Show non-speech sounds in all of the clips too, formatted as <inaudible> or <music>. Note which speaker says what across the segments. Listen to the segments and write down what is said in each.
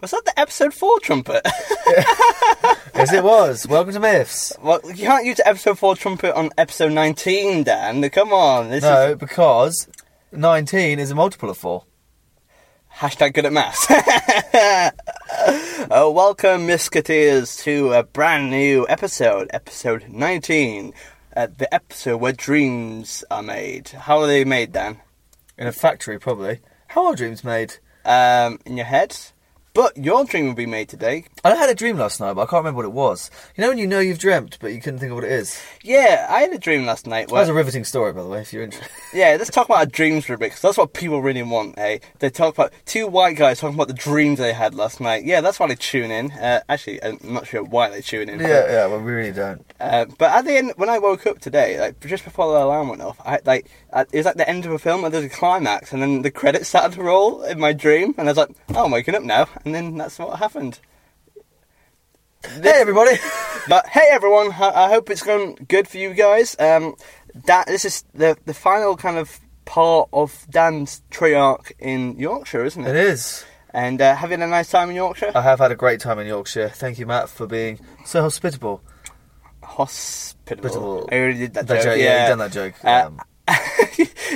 Speaker 1: Was that the episode four trumpet? <laughs>
Speaker 2: Yes, it was. Welcome to Myths.
Speaker 1: well, you can't use episode four trumpet on episode nineteen, Dan. Come on, this is
Speaker 2: No, because 19 is a multiple of 4.
Speaker 1: hashtag good at maths. <laughs> uh, welcome, Misketeers, to uh, a brand new episode, episode nineteen, uh, the episode where dreams are made. How are they made, Dan?
Speaker 2: In a factory, probably. How are dreams made?
Speaker 1: um, in your head. But your dream will be made today.
Speaker 2: I had a dream last night, but I can't remember what it was. You know when you know you've dreamt, but you couldn't think of what it is?
Speaker 1: Yeah, I had a dream last night.
Speaker 2: That was a
Speaker 1: Where,
Speaker 2: riveting story, by the way, if you're interested. <laughs>
Speaker 1: yeah, let's talk about our dreams, Rubric, 'cause that's what people really want, eh? They talk about two white guys talking about the dreams they had last night. Yeah, that's why they tune in. Uh, actually, I'm not sure why they tune in.
Speaker 2: yeah, yeah, well, we really don't.
Speaker 1: Uh, but at the end, when I woke up today, like just before the alarm went off, I like I, it was like the end of a film, and there's a climax, and then the credits started to roll in my dream, and I was like, "Oh, I'm waking up now," and then that's what happened.
Speaker 2: Hey, everybody!
Speaker 1: <laughs> But hey, everyone! ho- I hope it's going good for you guys. Um, that this is the the final kind of part of Dan's triarch in Yorkshire, isn't
Speaker 2: it
Speaker 1: it?
Speaker 2: is. Uh,
Speaker 1: And uh, having a nice time in Yorkshire.
Speaker 2: I have had a great time in Yorkshire. Thank you, Matt, for being so hospitable.
Speaker 1: Hospitable.
Speaker 2: Hospitable.
Speaker 1: Oh, I already did that,
Speaker 2: That
Speaker 1: joke.
Speaker 2: joke, yeah,
Speaker 1: yeah,
Speaker 2: you've done that joke.
Speaker 1: Uh,
Speaker 2: Um,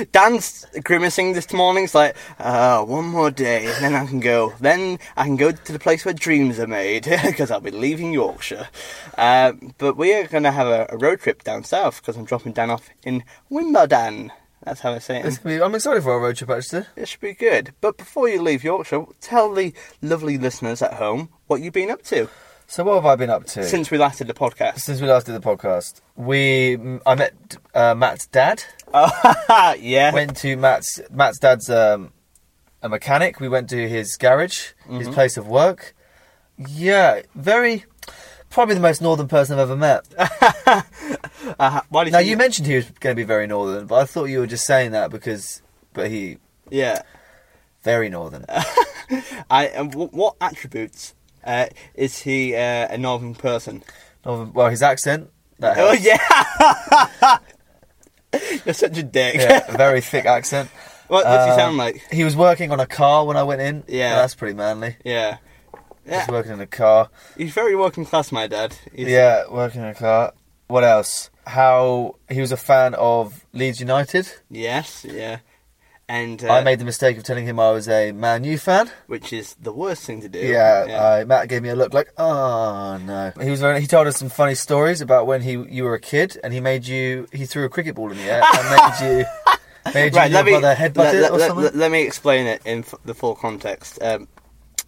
Speaker 1: <laughs> Dan's grimacing this morning. It's like, oh, one more day, and then I can go. Then I can go to the place where dreams are made, <laughs> because I'll be leaving Yorkshire. Uh, but we are going to have a, a road trip down south, because I'm dropping Dan off in Wimbledon. That's how I say it.
Speaker 2: it's gonna be- I'm excited for our road trip, actually.
Speaker 1: It should be good. But before you leave Yorkshire, tell the lovely listeners at home what you've been up to
Speaker 2: So, what have I been up to?
Speaker 1: since we last did the podcast. <laughs>
Speaker 2: Since we last did the podcast, we I met uh, Matt's dad.
Speaker 1: Oh, yeah.
Speaker 2: went to Matt's Matt's dad's um, a mechanic. We went to his garage,
Speaker 1: Mm-hmm.
Speaker 2: his place of work. Yeah, very probably the most northern person I've ever met.
Speaker 1: Uh, why did
Speaker 2: now you mentioned he was going to be very northern, but I thought you were just saying that because, but he
Speaker 1: Yeah.
Speaker 2: very northern.
Speaker 1: Uh. I, and w- what attributes uh, is he uh, a northern person?
Speaker 2: northern well, his accent. That
Speaker 1: Oh, <laughs>
Speaker 2: helps.
Speaker 1: yeah. <laughs> You're such a dick.
Speaker 2: yeah, a very thick accent.
Speaker 1: <laughs> what does he
Speaker 2: Um,
Speaker 1: sound like?
Speaker 2: He was working on a car when I went in.
Speaker 1: Yeah.
Speaker 2: Well, that's pretty manly.
Speaker 1: Yeah.
Speaker 2: He's
Speaker 1: yeah.
Speaker 2: working in a car.
Speaker 1: He's very working class, my dad. He's,
Speaker 2: Yeah, working in a car. What else? How he was a fan of Leeds United.
Speaker 1: Yes, yeah. And uh,
Speaker 2: I made the mistake of telling him I was a Man U fan.
Speaker 1: which is the worst thing to do.
Speaker 2: Yeah, uh, I- Matt gave me a look like, oh no. He was. He told us some funny stories about when he you were a kid and he made you. He threw a cricket ball in the air
Speaker 1: <laughs>
Speaker 2: and made you. Made you
Speaker 1: right, let me
Speaker 2: brother headbutt
Speaker 1: let,
Speaker 2: it
Speaker 1: let-
Speaker 2: or
Speaker 1: let-
Speaker 2: something.
Speaker 1: let- let me explain it in f- the full context. Um,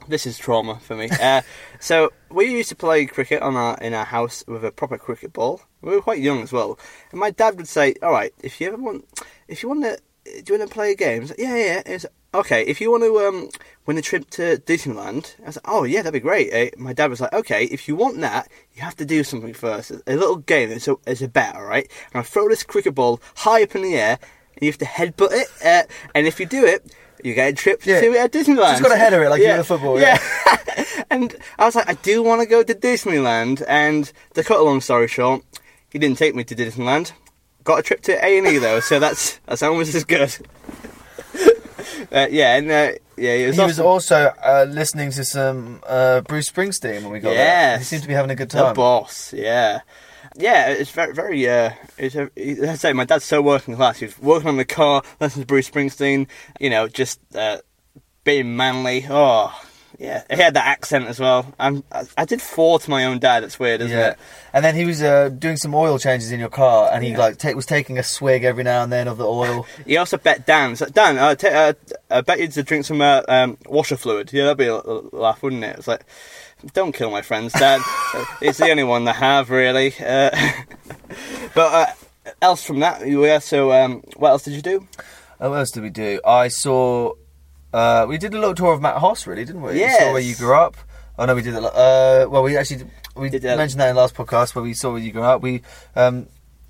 Speaker 1: this is trauma for me. Uh, so we used to play cricket on our in our house with a proper cricket ball. We were quite young as well, and my dad would say, "All right, if you ever want, if you want to, do you want to play games? Yeah, yeah. It's, okay, if you want to um, win a trip to Disneyland, I was like, oh yeah, that'd be great. Eh? My dad was like, okay, if you want that, you have to do something first. A little game. It's a it's a bet, all right. And I throw this cricket ball high up in the air, and you have to headbutt it. Uh, and if you do it, you get a trip
Speaker 2: Yeah.
Speaker 1: to uh, Disneyland.
Speaker 2: Just gotta header it like you do the football, yeah.
Speaker 1: <laughs> and I was like, I do want to go to Disneyland. And to cut a long story short, he didn't take me to Disneyland. Got a trip to A and E though, so that's that's almost as good. <laughs> uh, yeah, and uh, yeah, it was
Speaker 2: he was
Speaker 1: awesome.
Speaker 2: also uh, listening to some uh, Bruce Springsteen when we got there. He
Speaker 1: Yes.
Speaker 2: seemed to be having a good
Speaker 1: the
Speaker 2: time.
Speaker 1: boss. Yeah, yeah, it's very very. Uh, it's a, he- as I say, my dad's so working class. He's working on the car, listening to Bruce Springsteen. You know, just uh, being manly. Oh. Yeah, he had that accent as well. I'm, I, I did four to my own dad. It's weird, isn't
Speaker 2: Yeah.
Speaker 1: it?
Speaker 2: And then he was uh, doing some oil changes in your car, and he
Speaker 1: Yeah.
Speaker 2: like ta was taking a swig every now and then of the <laughs> oil.
Speaker 1: He also bet Dan. So, Dan, I, t- uh, I bet you to drink some uh, um, washer fluid. Yeah, that'd be a l- laugh, wouldn't it? It's like, don't kill my
Speaker 2: <laughs>
Speaker 1: friends, Dad. it's the only one I have, really. Uh, <laughs> but uh, else from that, you were so. Um, what else did you do?
Speaker 2: What else did we do? I saw Uh, we did a little tour of Matt Hoss, really, didn't we? We saw where you
Speaker 1: Yes.
Speaker 2: grew up. Oh no, we did. a lo- Uh, well, we actually we
Speaker 1: Did,
Speaker 2: did
Speaker 1: uh,
Speaker 2: mentioned that in the last podcast where we saw where you grew up. We um,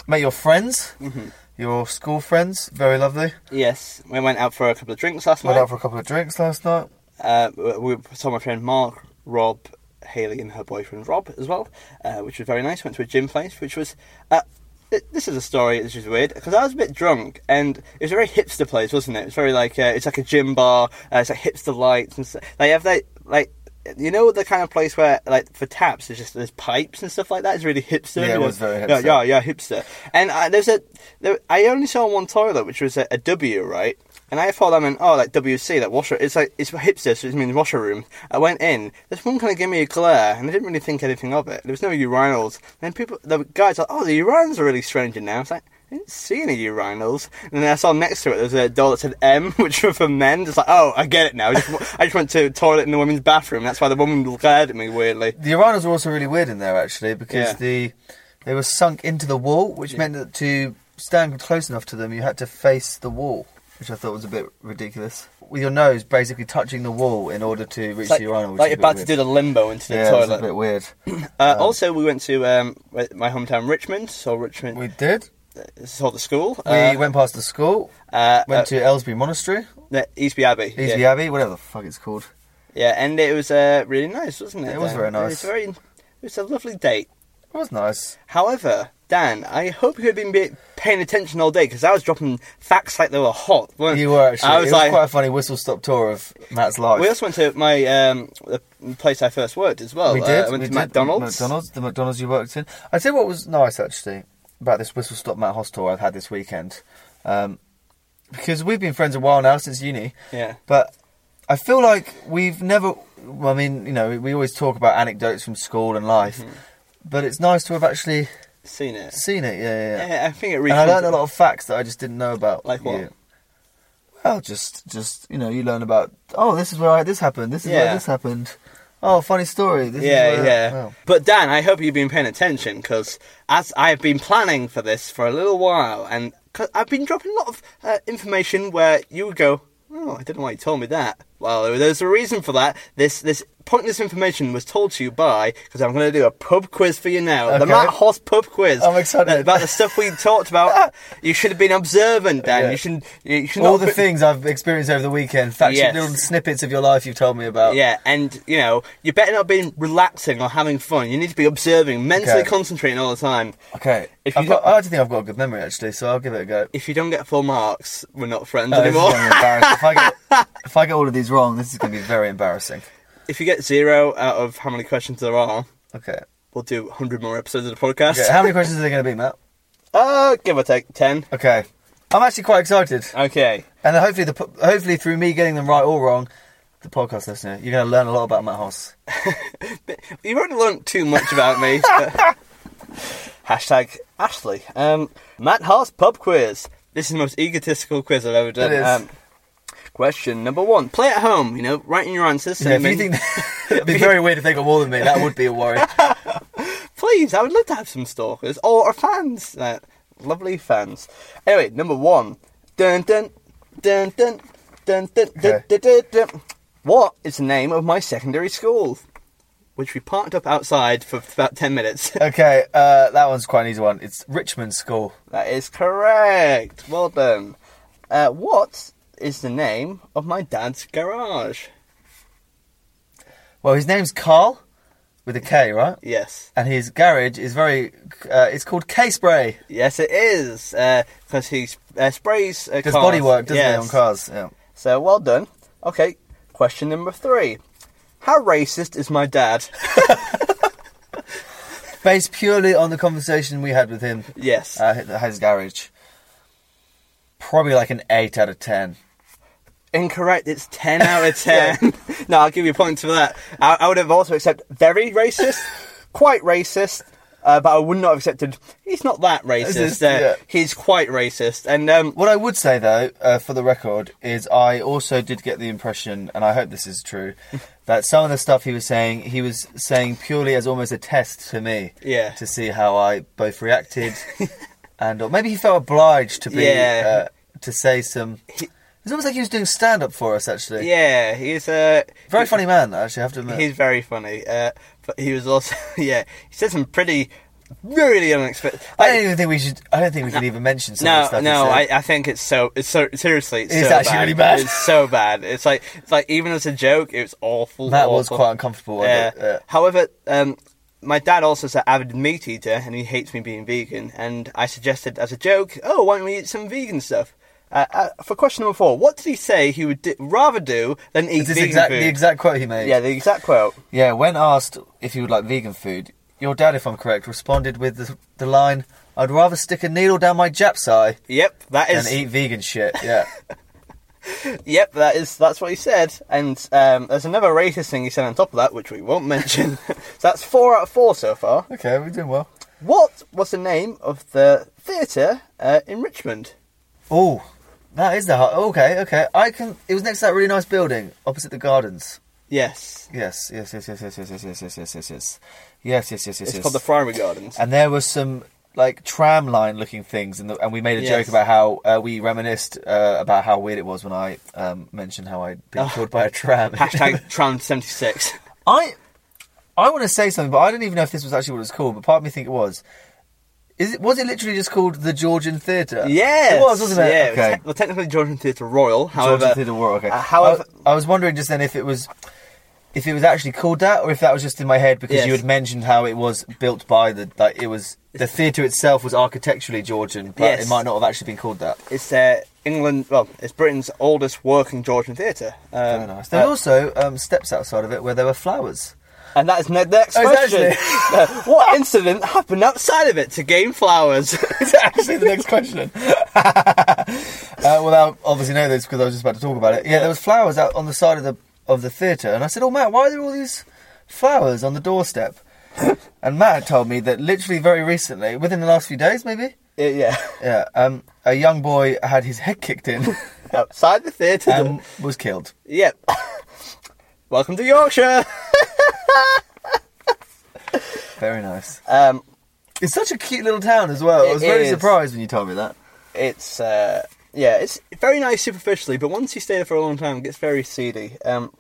Speaker 2: met your friends,
Speaker 1: Mhm.
Speaker 2: your school friends. Very lovely.
Speaker 1: Yes, we went out for a couple of drinks last
Speaker 2: Went
Speaker 1: night.
Speaker 2: out for a couple of drinks last night.
Speaker 1: Uh, we we saw my friend Mark, Rob, Haley, and her boyfriend Rob as well, uh, which was very nice. Went to a gym place, which was. Uh, th- this is a story. This is weird because I was a bit drunk, and it was a very hipster place, wasn't it? It was very like uh, it's like a gym bar. Uh, it's like hipster lights and stuff. They have that like. You know the kind of place where, like, for taps, there's just there's pipes and stuff like that. It's really hipster.
Speaker 2: Yeah, it
Speaker 1: you know?
Speaker 2: was very
Speaker 1: Yeah,
Speaker 2: hipster.
Speaker 1: Yeah, Oh, yeah, hipster. And I, there's a, there, I only saw one toilet, which was a, a W, right? And I thought I meant, oh, like WC, like washer. It's like it's hipster, so it means washer room. I went in. This one kind of gave me a glare, and I didn't really think anything of it. There was no urinals. And then people, the guys, are like, oh, the urinals are really strange in now. It's like. I didn't see any urinals, and then I saw next to it there was a door that said M, <laughs> which were for men. It's like, oh, I get it now. I just, w- I just went to the toilet in the women's bathroom. That's why the woman glared at me weirdly.
Speaker 2: The urinals were also really weird in there actually because
Speaker 1: Yeah.
Speaker 2: the they were sunk into the wall, which meant that to stand close enough to them, you had to face the wall, which I thought was a bit ridiculous. With your nose basically touching the wall in order to reach
Speaker 1: It's like,
Speaker 2: the urinal. Which is
Speaker 1: like you're
Speaker 2: a bit
Speaker 1: about to
Speaker 2: weird.
Speaker 1: do the limbo into the
Speaker 2: yeah, it was
Speaker 1: toilet.
Speaker 2: a bit weird.
Speaker 1: Uh, also, we went to um, my hometown Richmond, saw Richmond,
Speaker 2: We did.
Speaker 1: saw the school.
Speaker 2: We
Speaker 1: uh,
Speaker 2: went past the school,
Speaker 1: uh,
Speaker 2: went
Speaker 1: uh,
Speaker 2: to Ellsbury Monastery,
Speaker 1: the Eastby Abbey.
Speaker 2: Easby
Speaker 1: yeah.
Speaker 2: Abbey, whatever the fuck it's called.
Speaker 1: Yeah, and it was uh, really nice, wasn't it?
Speaker 2: It was very
Speaker 1: Dan? It was
Speaker 2: nice.
Speaker 1: very. It was a lovely date.
Speaker 2: It was nice.
Speaker 1: However, Dan, I hope you had been be- paying attention all day because I was dropping facts like they were hot. weren't
Speaker 2: You were actually.
Speaker 1: I was
Speaker 2: it was
Speaker 1: like,
Speaker 2: quite a funny whistle stop tour of Matt's life.
Speaker 1: we also went to my um, the place I first worked as well.
Speaker 2: we
Speaker 1: Uh,
Speaker 2: did.
Speaker 1: I went
Speaker 2: we
Speaker 1: to
Speaker 2: did.
Speaker 1: McDonald's.
Speaker 2: McDonald's, the McDonald's you worked in. I tell you what was nice actually about this whistle stop Matt hostel I've had this weekend, um, because we've been friends a while now since uni.
Speaker 1: Yeah.
Speaker 2: But I feel like we've never. I mean, you know, we always talk about anecdotes from school and life, but it's nice to have actually
Speaker 1: Seen it.
Speaker 2: seen it. Yeah, yeah. yeah.
Speaker 1: Mm-hmm. Yeah, I think it.
Speaker 2: And I learned a lot of facts that I just didn't know about.
Speaker 1: Like what?
Speaker 2: you. Well, just just you know, you learn about oh, this is where I, this happened. This is
Speaker 1: Yeah.
Speaker 2: where this happened. Oh, funny story. This is
Speaker 1: Yeah,
Speaker 2: where,
Speaker 1: yeah.
Speaker 2: Wow.
Speaker 1: But Dan, I hope you've been paying attention because as I've been planning for this for a little while, and 'cause I've been dropping a lot of uh, information where you would go, "Oh, I don't know why you told me that." Well, there's a reason for that. This this pointless information was told to you by because I'm going to do a pub quiz for you now. The
Speaker 2: Okay.
Speaker 1: Matt Hoss pub quiz.
Speaker 2: I'm excited.
Speaker 1: about the stuff we
Speaker 2: <laughs>
Speaker 1: talked about. you should have been observant, Dan.
Speaker 2: Yeah.
Speaker 1: You should. You should
Speaker 2: all
Speaker 1: not
Speaker 2: the
Speaker 1: be-
Speaker 2: things I've experienced over the weekend, facts,
Speaker 1: Yes.
Speaker 2: little snippets of your life you've told me about.
Speaker 1: Yeah, and you know, you better not be relaxing or having fun. You need to be observing, mentally
Speaker 2: Okay.
Speaker 1: concentrating all the time.
Speaker 2: Okay.
Speaker 1: If
Speaker 2: I've
Speaker 1: you
Speaker 2: got,
Speaker 1: don't-
Speaker 2: I actually think I've got a good memory actually, so I'll give it a go.
Speaker 1: If you don't get full marks, we're not friends
Speaker 2: Oh, this is
Speaker 1: anymore.
Speaker 2: gonna be embarrassing. if, I get, if I get all of these wrong, this is going to be very embarrassing.
Speaker 1: <laughs> if you get zero out of how many questions there are,
Speaker 2: Okay.
Speaker 1: we'll do 100 more episodes of the podcast.
Speaker 2: okay. How
Speaker 1: <laughs>
Speaker 2: many questions are there going to be, Matt?
Speaker 1: uh, give or take 10.
Speaker 2: Okay. I'm actually quite excited,
Speaker 1: Okay.
Speaker 2: and hopefully, the po- hopefully through me getting them right or wrong, the podcast listener, you're going to learn a lot about Matt Hoss.
Speaker 1: You've already learnt too much about me.
Speaker 2: <laughs>
Speaker 1: but- Hashtag Ashley. Um, Matt Haas pub quiz. This is the most egotistical quiz I've ever done.
Speaker 2: It is.
Speaker 1: Um, question number one. Play at home, you know, writing your answers. send
Speaker 2: Yeah, if
Speaker 1: them
Speaker 2: you
Speaker 1: in.
Speaker 2: think
Speaker 1: <laughs>
Speaker 2: it'd be very weird if they got more than me, that would be a worry.
Speaker 1: Please, I would love to have some stalkers or fans. Uh, lovely fans. Anyway, number one. Dun dun dun dun dun dun dun,
Speaker 2: Okay.
Speaker 1: dun, dun, dun. What is the name of my secondary school? Which we parked up outside for about ten minutes. <laughs>
Speaker 2: Okay, uh, that one's quite an easy one. It's Richmond School.
Speaker 1: that is correct. Well done. Uh, what is the name of my dad's garage?
Speaker 2: Well, his name's Carl, with a K, right?
Speaker 1: Yes.
Speaker 2: And his garage is very. Uh, it's called K Spray.
Speaker 1: Yes, it is. Because he uh, sprays uh,
Speaker 2: Does
Speaker 1: cars.
Speaker 2: body work, doesn't
Speaker 1: yes.
Speaker 2: it, on cars? Yeah.
Speaker 1: So well done. Okay, question number three. How racist is my dad?
Speaker 2: Based purely on the conversation we had with him
Speaker 1: yes.
Speaker 2: uh, at his garage. Probably like an 8 out of 10.
Speaker 1: Incorrect. It's 10
Speaker 2: <laughs>
Speaker 1: out of 10. <laughs> no, I'll give you points for that. I, I would have also accepted
Speaker 2: <laughs>
Speaker 1: very racist, quite racist, uh, but I would not have accepted he's not that racist.
Speaker 2: Racist,
Speaker 1: Uh,
Speaker 2: yeah.
Speaker 1: He's quite racist. And um,
Speaker 2: What I would say, though, uh, for the record, is I also did get the impression, and I hope this is true,
Speaker 1: <laughs>
Speaker 2: that some of the stuff he was saying, he was saying purely as almost a test to me.
Speaker 1: Yeah.
Speaker 2: To see how I both
Speaker 1: <laughs>
Speaker 2: reacted, and or maybe he felt obliged to be,
Speaker 1: Yeah.
Speaker 2: uh, to say some. It's almost like he was doing stand up for us, actually.
Speaker 1: Yeah, he's a
Speaker 2: Very funny man, actually, I have to admit.
Speaker 1: He's very funny, uh, but he was also <laughs> yeah. He said some pretty, really unexpected.
Speaker 2: I don't even think we should. I don't think we can even mention some of the
Speaker 1: no,
Speaker 2: stuff. he
Speaker 1: no,
Speaker 2: said.
Speaker 1: I, I think it's so. It's so seriously. It's,
Speaker 2: It's
Speaker 1: so
Speaker 2: actually really bad.
Speaker 1: It's so bad. It's like it's like even as a joke, it was awful.
Speaker 2: that
Speaker 1: awful.
Speaker 2: was quite uncomfortable.
Speaker 1: Yeah.
Speaker 2: Yeah. Uh,
Speaker 1: However, um, my dad also is an avid meat eater, and he hates me being vegan. And I suggested as a joke, "Oh, why don't we eat some vegan stuff?" Uh, uh, for question number four, what did he say he would di- rather do than eat
Speaker 2: is this
Speaker 1: vegan
Speaker 2: exact,
Speaker 1: food?
Speaker 2: the exact quote he made?
Speaker 1: yeah, the exact quote.
Speaker 2: Yeah, when asked if he would like vegan food, your dad, if I'm correct, responded with the, the line, I'd rather stick a needle down my Jap's eye
Speaker 1: Yep, that
Speaker 2: than
Speaker 1: is
Speaker 2: eat vegan shit.
Speaker 1: <laughs>
Speaker 2: Yeah.
Speaker 1: Yep, that is that's what he said. And um, there's another racist thing he said on top of that, which we won't <laughs> mention. so that's four out of four so far.
Speaker 2: okay, we're doing well.
Speaker 1: What was the name of the theatre uh, in Richmond?
Speaker 2: Oh, that is the heart. Okay, okay. I can. It was next to that really nice building opposite the gardens.
Speaker 1: Yes,
Speaker 2: Yes, yes, yes, yes, yes, yes, yes, yes, yes, yes, yes, yes, yes, yes, yes, yes.
Speaker 1: it's
Speaker 2: yes.
Speaker 1: called the
Speaker 2: <laughs>
Speaker 1: Friary Gardens.
Speaker 2: and there was some like tram line looking things, and, the, and we made a
Speaker 1: Yes.
Speaker 2: joke about how uh, we reminisced uh, about how weird it was when I um, mentioned how I'd been killed by a tram.
Speaker 1: Oh. Hashtag Tram seventy six.
Speaker 2: I I want to say something, but I don't even know if this was actually what it was called. But part of me think it was. Is it was it literally just called the Georgian Theatre?
Speaker 1: <laughs> Yes,
Speaker 2: it was, wasn't it?
Speaker 1: Yeah,
Speaker 2: okay.
Speaker 1: te- well, technically Georgian Theatre Royal. However,
Speaker 2: Georgian Theatre War. Okay.
Speaker 1: uh, however,
Speaker 2: I, I was wondering just then if it was. If it was actually called that, or if that was just in my head because you
Speaker 1: Yes.
Speaker 2: had mentioned how it was built by the like it was the theatre itself was architecturally Georgian, but
Speaker 1: Yes.
Speaker 2: it might not have actually been called that.
Speaker 1: it's uh, England. Well, it's Britain's oldest working Georgian theatre. Um,
Speaker 2: Very nice. There
Speaker 1: uh,
Speaker 2: were also um, steps outside of it where there were flowers.
Speaker 1: And that is ne- next
Speaker 2: Oh, it's
Speaker 1: question. <laughs> Uh, what incident happened outside of it to gain flowers? <laughs>
Speaker 2: It's actually the next question. <laughs> uh, well, I obviously know this because I was just about to talk about it. Yeah, there was flowers out on the side of the of the theatre, and I said, "Oh, Matt, why are there all these flowers on the
Speaker 1: <laughs>
Speaker 2: doorstep?" and Matt had told me that literally very recently, within the last few days, maybe,
Speaker 1: Yeah, yeah.
Speaker 2: yeah, um, a young boy had his head kicked
Speaker 1: <laughs>
Speaker 2: in
Speaker 1: Outside the theatre.
Speaker 2: and was killed.
Speaker 1: yep. <laughs> Welcome to Yorkshire.
Speaker 2: Very nice.
Speaker 1: Um,
Speaker 2: It's such a cute little town as well. I
Speaker 1: It
Speaker 2: was very
Speaker 1: is.
Speaker 2: surprised when you told me that.
Speaker 1: it's uh, yeah, it's very nice superficially, but once you stay there for a long time, it gets very seedy. Um,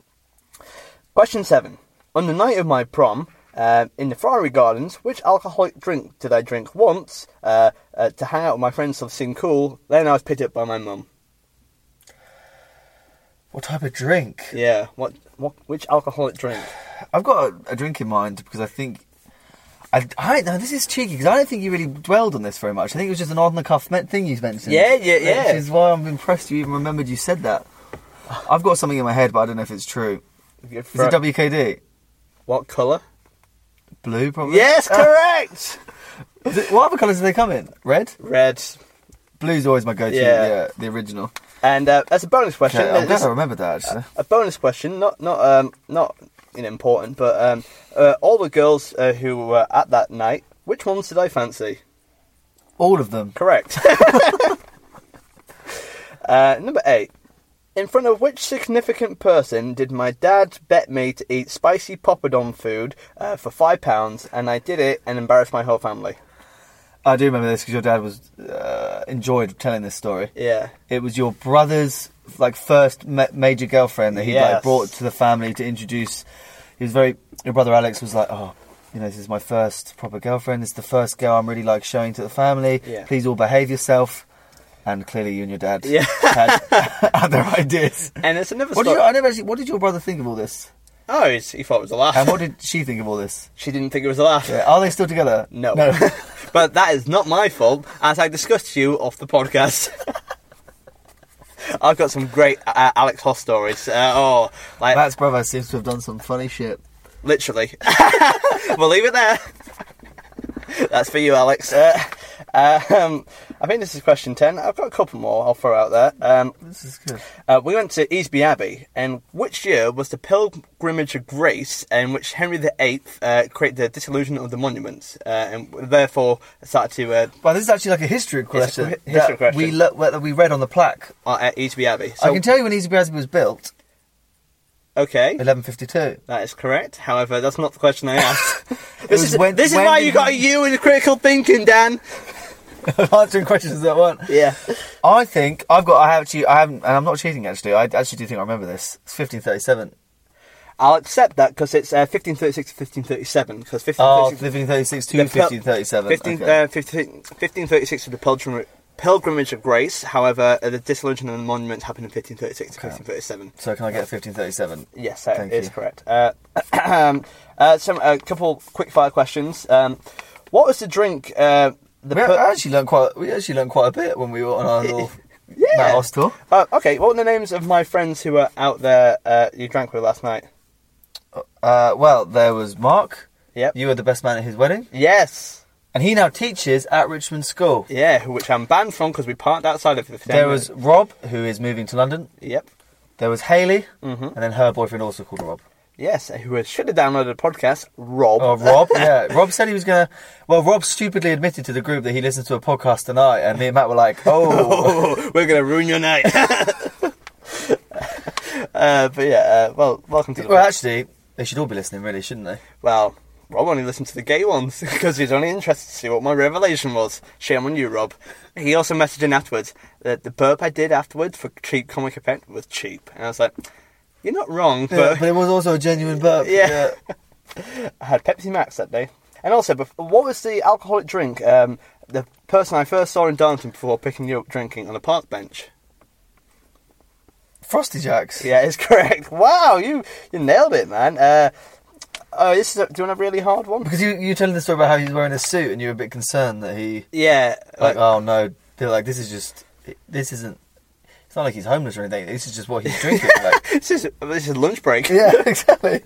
Speaker 1: question seven: On the night of my prom. Um, in the Friary Gardens, which alcoholic drink did I drink once uh, uh, to hang out with my friends to seem cool? Then I was picked up by my mum.
Speaker 2: What type of drink?
Speaker 1: Yeah, what, what? Which alcoholic drink?
Speaker 2: I've got a, a drink in mind because I think. I, I don't know, this is cheeky because I don't think you really dwelled on this very much. I think it was just an on the cuff me- thing you mentioned.
Speaker 1: Yeah, yeah, yeah.
Speaker 2: Which is why I'm impressed you even remembered you said that. I've got something in my head, but I don't know if it's true. Is
Speaker 1: For-
Speaker 2: it WKD?
Speaker 1: what colour? Ah.
Speaker 2: Blue, probably?
Speaker 1: Yes, correct.
Speaker 2: Is it- what other colours do they come in? Red?
Speaker 1: Red.
Speaker 2: Blue's always my go to,
Speaker 1: Yeah.
Speaker 2: yeah. the original.
Speaker 1: And uh, as a bonus question,
Speaker 2: Okay, I'm glad
Speaker 1: this-
Speaker 2: I remembered that actually.
Speaker 1: a bonus question, not not um, not you know, important, but um, uh, all the girls uh, who were at that night, which ones did I fancy?
Speaker 2: All of them.
Speaker 1: Correct. <laughs> uh, number eight. In front of which significant person did my dad bet me to eat spicy poppadom food uh, for five pounds, and I did it and embarrassed my whole family?
Speaker 2: I do remember this because your dad was uh, enjoyed telling this story.
Speaker 1: Yeah.
Speaker 2: It was your brother's like first ma- major girlfriend that he
Speaker 1: Yes.
Speaker 2: like brought to the family to introduce. He was very. Your brother Alex was like, oh, you know, this is my first proper girlfriend. This is the first girl I'm really like showing to the family.
Speaker 1: Yeah.
Speaker 2: Please all behave yourself. And clearly, you and your dad
Speaker 1: Yeah.
Speaker 2: had <laughs> other
Speaker 1: <laughs>
Speaker 2: ideas.
Speaker 1: And it's another
Speaker 2: What did,
Speaker 1: story.
Speaker 2: you, I never actually, what did your brother think of all this?
Speaker 1: Oh, he's, he thought it was a laugh.
Speaker 2: And what did she think of all
Speaker 1: <laughs>
Speaker 2: this?
Speaker 1: She didn't think it was a laugh.
Speaker 2: Yeah, Are they still together?
Speaker 1: No.
Speaker 2: No.
Speaker 1: <laughs>
Speaker 2: <laughs>
Speaker 1: but that is not my fault, as I discussed to you off the podcast. <laughs> I've got some great uh, Alex Hoss stories. Uh, oh, like
Speaker 2: Matt's brother seems to have done some funny shit.
Speaker 1: literally. <laughs> we'll leave it there. <laughs> That's for you, Alex. Uh, <laughs> uh, um, I think this is question 10. I've got a couple more I'll throw out there. Um,
Speaker 2: This is good.
Speaker 1: uh, we went to Easby Abbey, and which year was the Pilgrimage of Grace, in which Henry VIII uh, created the dissolution of the monuments, uh, and therefore started to uh,
Speaker 2: Well, this is actually like a history question.
Speaker 1: hi- history
Speaker 2: that
Speaker 1: question.
Speaker 2: We lo- that we read on the plaque.
Speaker 1: uh, at Easby Abbey. So,
Speaker 2: I can tell you when Easy Brasby was built.
Speaker 1: okay,
Speaker 2: 1152.
Speaker 1: that is correct. However,
Speaker 2: <laughs>
Speaker 1: that's not the question I asked. <laughs> this
Speaker 2: was
Speaker 1: is
Speaker 2: when-
Speaker 1: this is
Speaker 2: when
Speaker 1: why
Speaker 2: did
Speaker 1: you got a
Speaker 2: he-
Speaker 1: U in critical thinking, Dan.
Speaker 2: <laughs> I'm answering questions that weren't.
Speaker 1: Yeah.
Speaker 2: I think I've got. I have actually. I haven't, and I'm not cheating. Actually, I actually do think I remember this. It's 1537.
Speaker 1: I'll accept that because it's uh, 1536 to 1537. Because
Speaker 2: Oh,
Speaker 1: 1536
Speaker 2: 1536 to
Speaker 1: the Pel-
Speaker 2: 1537.
Speaker 1: 15,
Speaker 2: okay.
Speaker 1: uh, 15 1536 was the pilgrim- pilgrimage of grace. However, uh, the dissolution of the monument happened in 1536 to 1537.
Speaker 2: so can I get 1537?
Speaker 1: Yes, that is
Speaker 2: Thank you.
Speaker 1: correct. Uh, <clears throat> uh, some a couple quick fire questions. Um, what was the drink? Uh, the
Speaker 2: We
Speaker 1: per-
Speaker 2: actually learned quite. We actually learned quite a bit when we were
Speaker 1: <laughs>
Speaker 2: on our little Matt Hoss tour.
Speaker 1: Uh, okay, what were the names of my friends who were out there uh, you drank with last night?
Speaker 2: Uh, well, there was Mark.
Speaker 1: Yep.
Speaker 2: You were the best man at his wedding,
Speaker 1: Yes.
Speaker 2: and he now teaches at Richmond School.
Speaker 1: Yeah, who- which I'm banned from because we parked outside of the.
Speaker 2: There was Rob, who is moving to London.
Speaker 1: Yep.
Speaker 2: There was Haley,
Speaker 1: Mhm.
Speaker 2: and then her boyfriend also called Rob.
Speaker 1: Yes, who should have downloaded the podcast, Rob.
Speaker 2: Oh, Rob, yeah. Rob said he was gonna. Well, Rob stupidly admitted to the group that he listened to a podcast tonight, and me and Matt were like, <laughs> "Oh,
Speaker 1: Oh, we're going to ruin your night. <laughs> uh, but yeah, uh, well, welcome to the
Speaker 2: well, actually, they should all be listening, really, shouldn't they?"
Speaker 1: Well, Rob only listened to the gay ones <laughs> because he was only interested to see what my revelation was. Shame on you, Rob. He also messaged in afterwards that the burp I did afterwards for cheap comic event was cheap, and I was like, "You're not wrong."
Speaker 2: Yeah,
Speaker 1: But <laughs>
Speaker 2: but it was also a genuine burp.
Speaker 1: Yeah. I had Pepsi Max that day, and also, bef- what was the alcoholic drink? Um, the person I first saw in Darlington before picking you up drinking on a park bench.
Speaker 2: Frosty Jacks.
Speaker 1: Yeah, it's <laughs> correct. Wow, you you nailed it, man. Uh, oh, this is a, doing a really hard one.
Speaker 2: Because you you were telling the story about how he was wearing a suit, and you were a bit concerned that he
Speaker 1: Yeah,
Speaker 2: like,
Speaker 1: <laughs> like-
Speaker 2: oh no, they're like this is just this isn't. It's not like he's homeless or anything. This is just what <laughs> he's drinking. like,
Speaker 1: this is this is lunch break.
Speaker 2: yeah, exactly.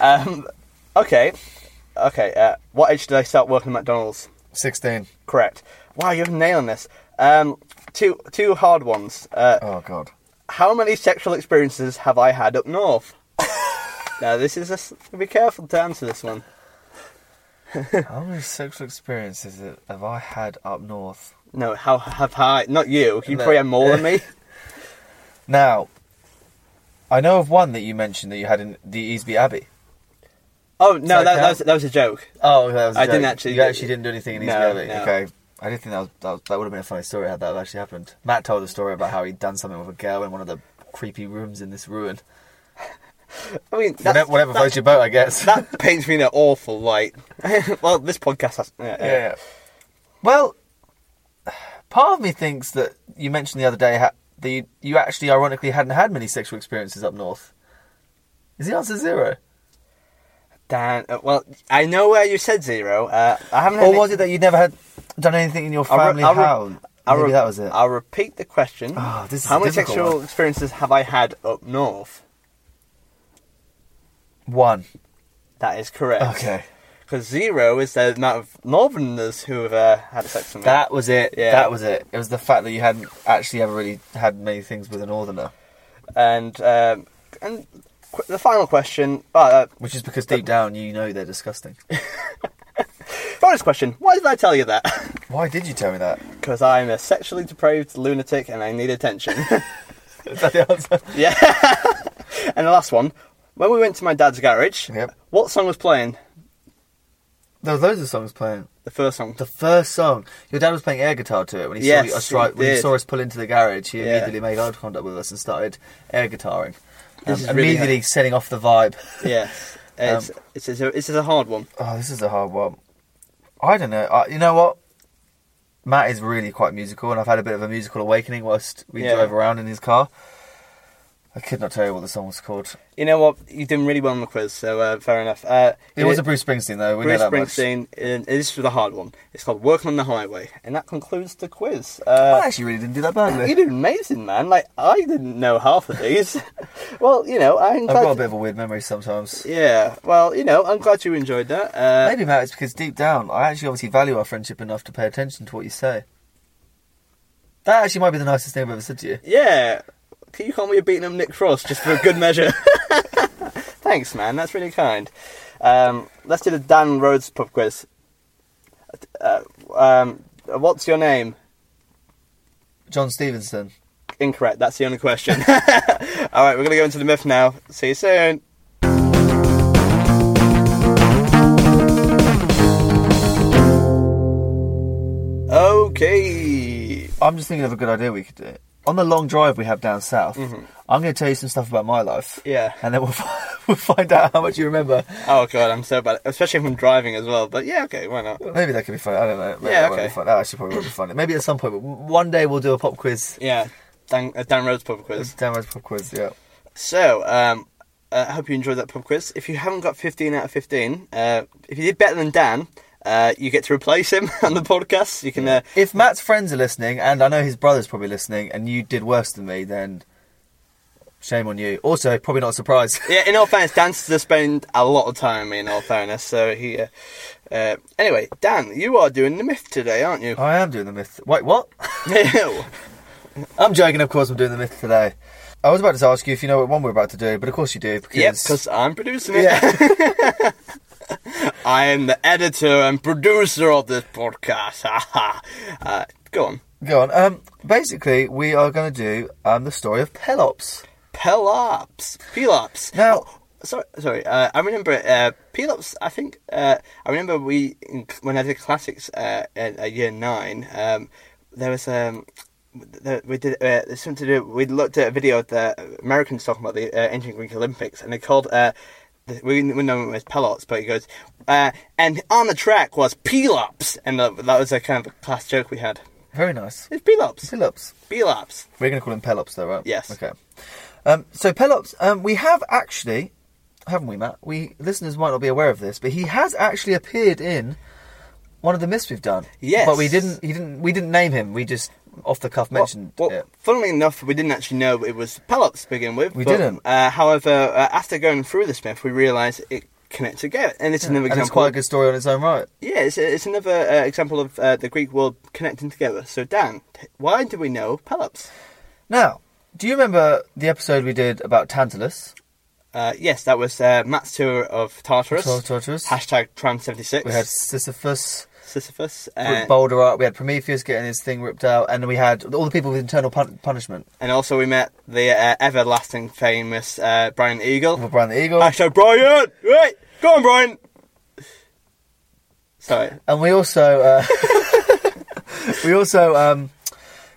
Speaker 1: Um, <laughs> okay, okay. Uh, what age did I start working at McDonald's?
Speaker 2: Sixteen.
Speaker 1: Correct. Wow, you're nailing this. Um, two two hard ones. Uh,
Speaker 2: Oh god.
Speaker 1: How many sexual experiences have I had up north? <laughs> now this is a s be careful to answer this one.
Speaker 2: How many sexual experiences have I had up north?
Speaker 1: No, how have I? Not you. You
Speaker 2: No.
Speaker 1: probably had more than <laughs> me.
Speaker 2: Now, I know of one that you mentioned that you had in the Easby Abbey.
Speaker 1: Oh
Speaker 2: that
Speaker 1: no, that, that
Speaker 2: count?
Speaker 1: was that was a joke.
Speaker 2: Oh, that was a
Speaker 1: I didn't
Speaker 2: joke.
Speaker 1: actually
Speaker 2: You
Speaker 1: do-
Speaker 2: actually didn't do anything in Easby
Speaker 1: No,
Speaker 2: Abbey.
Speaker 1: no.
Speaker 2: Okay. I did think that was, that, was, that would have been a funny story had that actually happened. Matt told a story about how he'd done something with a girl in one of the creepy rooms in this ruin.
Speaker 1: I mean, that's-
Speaker 2: Whatever, whatever floats your boat, I guess.
Speaker 1: that paints me in an awful light. <laughs> well, this podcast has. uh, Yeah, yeah.
Speaker 2: <laughs> yeah. Well, part of me thinks that you mentioned the other day ha- that you, you actually ironically hadn't had many sexual experiences up north. Is the answer zero?
Speaker 1: Dan, uh, well, I know where you said zero. Uh, I haven't. had
Speaker 2: Or
Speaker 1: any-
Speaker 2: was it that you'd never had done anything in your
Speaker 1: I'll re-
Speaker 2: family
Speaker 1: I'll re-
Speaker 2: house?
Speaker 1: I'll
Speaker 2: Maybe
Speaker 1: re-
Speaker 2: that was it.
Speaker 1: I'll repeat the question.
Speaker 2: Oh, this is
Speaker 1: How
Speaker 2: a
Speaker 1: many
Speaker 2: difficult
Speaker 1: sexual
Speaker 2: one.
Speaker 1: experiences have I had up north?
Speaker 2: One.
Speaker 1: That is correct.
Speaker 2: Okay.
Speaker 1: Because zero is the amount of northerners who have uh, had sex with me.
Speaker 2: That was it.
Speaker 1: Yeah.
Speaker 2: That was it. It was the fact that you hadn't actually ever really had many things with a northerner,
Speaker 1: And um, and qu- the final question. Uh, uh,
Speaker 2: which is because deep down you know they're
Speaker 1: <laughs>
Speaker 2: disgusting.
Speaker 1: bonus question. Why did I tell you that? <laughs>
Speaker 2: Why did you tell me that?
Speaker 1: Because I'm a sexually depraved lunatic and I need attention. <laughs>
Speaker 2: Is that the answer?
Speaker 1: yeah. <laughs> and the last one. When we went to my dad's garage,
Speaker 2: Yep.
Speaker 1: what song was playing?
Speaker 2: There were loads of songs playing.
Speaker 1: The first song.
Speaker 2: The first song, your dad was playing air guitar to it when he
Speaker 1: Yes,
Speaker 2: saw us drive,
Speaker 1: he
Speaker 2: when he
Speaker 1: did.
Speaker 2: saw us pull into the garage. He
Speaker 1: Yeah.
Speaker 2: immediately made eye contact with us and started air guitaring,
Speaker 1: This
Speaker 2: Um,
Speaker 1: is really
Speaker 2: immediately setting off the vibe.
Speaker 1: yes. Uh, It's,
Speaker 2: um,
Speaker 1: it's, it's, a, it's a hard one.
Speaker 2: Oh, this is a hard one. I don't know. I, you know what? Matt is really quite musical, and I've had a bit of a musical awakening whilst we
Speaker 1: Yeah.
Speaker 2: drove around in his car. I could not tell you what the song was called.
Speaker 1: You know what? You're doing really well on the quiz, so uh, fair enough. Uh,
Speaker 2: It was a Bruce Springsteen, though. We
Speaker 1: Bruce
Speaker 2: know that much.
Speaker 1: Springsteen, and this was a hard one. It's called "Working on the Highway," and that concludes the quiz.
Speaker 2: I
Speaker 1: Uh,
Speaker 2: actually really didn't do that badly.
Speaker 1: you did amazing, man. Like I didn't know half of these. <laughs> well, you know, I'm
Speaker 2: I've
Speaker 1: glad.
Speaker 2: got a bit of a weird memory sometimes.
Speaker 1: Yeah. Well, you know, I'm glad you enjoyed that. Uh,
Speaker 2: Maybe, Matt, it's because deep down, I actually obviously value our friendship enough to pay attention to what you say. That actually might be the nicest thing I've ever said to you.
Speaker 1: Yeah. Can you call me a beating up Nick Frost just for a good measure? <laughs> Thanks, man. That's really kind. Um, let's do the Dan Rhodes pub quiz. Uh, um, what's your name?
Speaker 2: John Stevenson.
Speaker 1: Incorrect. That's the only question. <laughs> All right, we're going to go into the myth now. See you soon. Okay.
Speaker 2: I'm just thinking of a good idea we could do. On the long drive we have down south, I'm going to tell you some stuff about my life.
Speaker 1: Mm-hmm. Yeah.
Speaker 2: And then we'll, fi- <laughs> we'll find out how much you remember.
Speaker 1: Oh god, I'm so bad, especially if I'm driving as well. But yeah, okay, why not?
Speaker 2: Maybe that could be fun. I don't know. Maybe
Speaker 1: Yeah,
Speaker 2: that won't
Speaker 1: okay.
Speaker 2: be fun. That actually probably won't be fun. Maybe at some point. But w- one day we'll do a pop quiz.
Speaker 1: Yeah, Dan, uh, Dan Rhodes pub quiz.
Speaker 2: Damn right, pop quiz, yeah.
Speaker 1: So, um, I hope you enjoyed that pub quiz. If you haven't got 15 out of 15, uh, if you did better than Dan, uh, you get to replace him <laughs> on the podcast. You can. Uh,
Speaker 2: If Matt's friends are listening, and I know his brother's probably listening, and you did worse than me, then shame on you. Also, probably not a surprise. <laughs>
Speaker 1: yeah, in all fairness, Dan's to spend a lot of time with me, in all fairness. So he. Uh, uh, anyway, Dan, you are doing the myth today, aren't you?
Speaker 2: I am doing the myth. Wait, what? <laughs>
Speaker 1: <laughs> No.
Speaker 2: I'm joking, of course, I'm doing the myth today. I was about to ask you if you know what one we're about to do, but of course you do. Because
Speaker 1: Yep, <laughs> because I'm producing it. <laughs>
Speaker 2: Yeah.
Speaker 1: I am the editor and producer of this podcast. <laughs> Ha ha. uh, go on.
Speaker 2: Go on. Um, basically, we are going to do um, the story of Pelops.
Speaker 1: Pelops. Pelops.
Speaker 2: Now-
Speaker 1: Oh, sorry, sorry. Uh, I remember uh, Pelops. I think uh, I remember we in- when I did classics uh, in uh, year nine. Um, there was um, there, we did uh, there's something to do. We looked at a video of the Americans talking about the uh, ancient Greek Olympics, and they called. Uh, the- we, we know him as Pelops, but he goes, uh, and on the track was Pelops, and that that was a kind of a class joke we had.
Speaker 2: Very nice.
Speaker 1: It's Pelops,
Speaker 2: Pelops.
Speaker 1: Pelops.
Speaker 2: We're going to call him Pelops, though, right?
Speaker 1: Yes.
Speaker 2: Okay. Um, so Pelops, um, we have actually, haven't we, Matt? We listeners might not be aware of this, but he has actually appeared in one of the myths we've done.
Speaker 1: Yes.
Speaker 2: But we didn't. He didn't. We didn't name him. We just off the cuff mentioned
Speaker 1: Well, well,
Speaker 2: it.
Speaker 1: Funnily enough, we didn't actually know it was Pelops to begin with.
Speaker 2: We
Speaker 1: but,
Speaker 2: didn't.
Speaker 1: Uh, however, uh, after going through this myth, we realised it connects together, and it's another
Speaker 2: And
Speaker 1: example.
Speaker 2: it's quite a good story on its own right.
Speaker 1: Yeah, it's, it's another uh, example of uh, the Greek world connecting together. So, Dan, t- why do we know Pelops?
Speaker 2: Now, do you remember the episode we did about Tantalus?
Speaker 1: Uh, yes, that was uh, Matt's tour of Tartarus.
Speaker 2: Tour of Tartarus.
Speaker 1: Hashtag Tram seventy six.
Speaker 2: We had Sisyphus.
Speaker 1: Sisyphus Uh,
Speaker 2: ripped
Speaker 1: and,
Speaker 2: Boulder up. We had Prometheus getting his thing ripped out, and we had all the people with internal pun- punishment.
Speaker 1: and also we met the uh, everlasting famous uh, Brian Eagle.
Speaker 2: With Brian the Eagle,
Speaker 1: Hashtag Brian. Right, go on, Brian. Sorry.
Speaker 2: and we also uh, <laughs> we also um,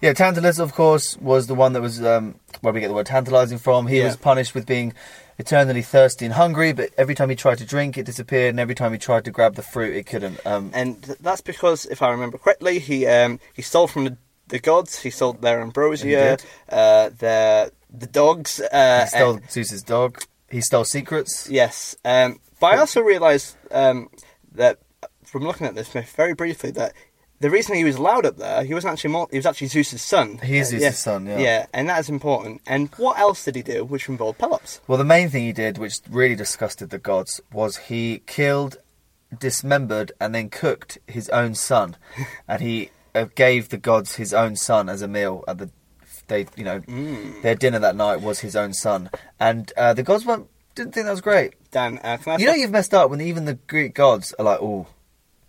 Speaker 2: yeah Tantalus of course was the one that was um, where we get the word tantalizing from. He
Speaker 1: Yeah.
Speaker 2: was punished with being eternally thirsty and hungry, but every time he tried to drink, it disappeared, and every time he tried to grab the fruit, it couldn't. Um,
Speaker 1: and th- that's because, if I remember correctly, he um, he stole from the, the gods. He sold their ambrosia,
Speaker 2: did.
Speaker 1: uh, their the dogs. Uh,
Speaker 2: he stole
Speaker 1: and-
Speaker 2: Zeus's dog. He stole secrets.
Speaker 1: yes, um, but I also realised um, that from looking at this myth very briefly that the reason he was allowed up there, he wasn't actually more, he was actually Zeus's son. Uh,
Speaker 2: He is Zeus's son, yeah.
Speaker 1: Yeah, and that is important. And what else did he do, which involved Pelops?
Speaker 2: Well, the main thing he did, which really disgusted the gods, was he killed, dismembered, and then cooked his own son, and he uh, gave the gods his own son as a meal at the they you know their dinner that night was his own son, and uh, the gods weren't, didn't think that was great.
Speaker 1: Dan, uh, can I
Speaker 2: You know you've messed up when even the Greek gods are like, oh,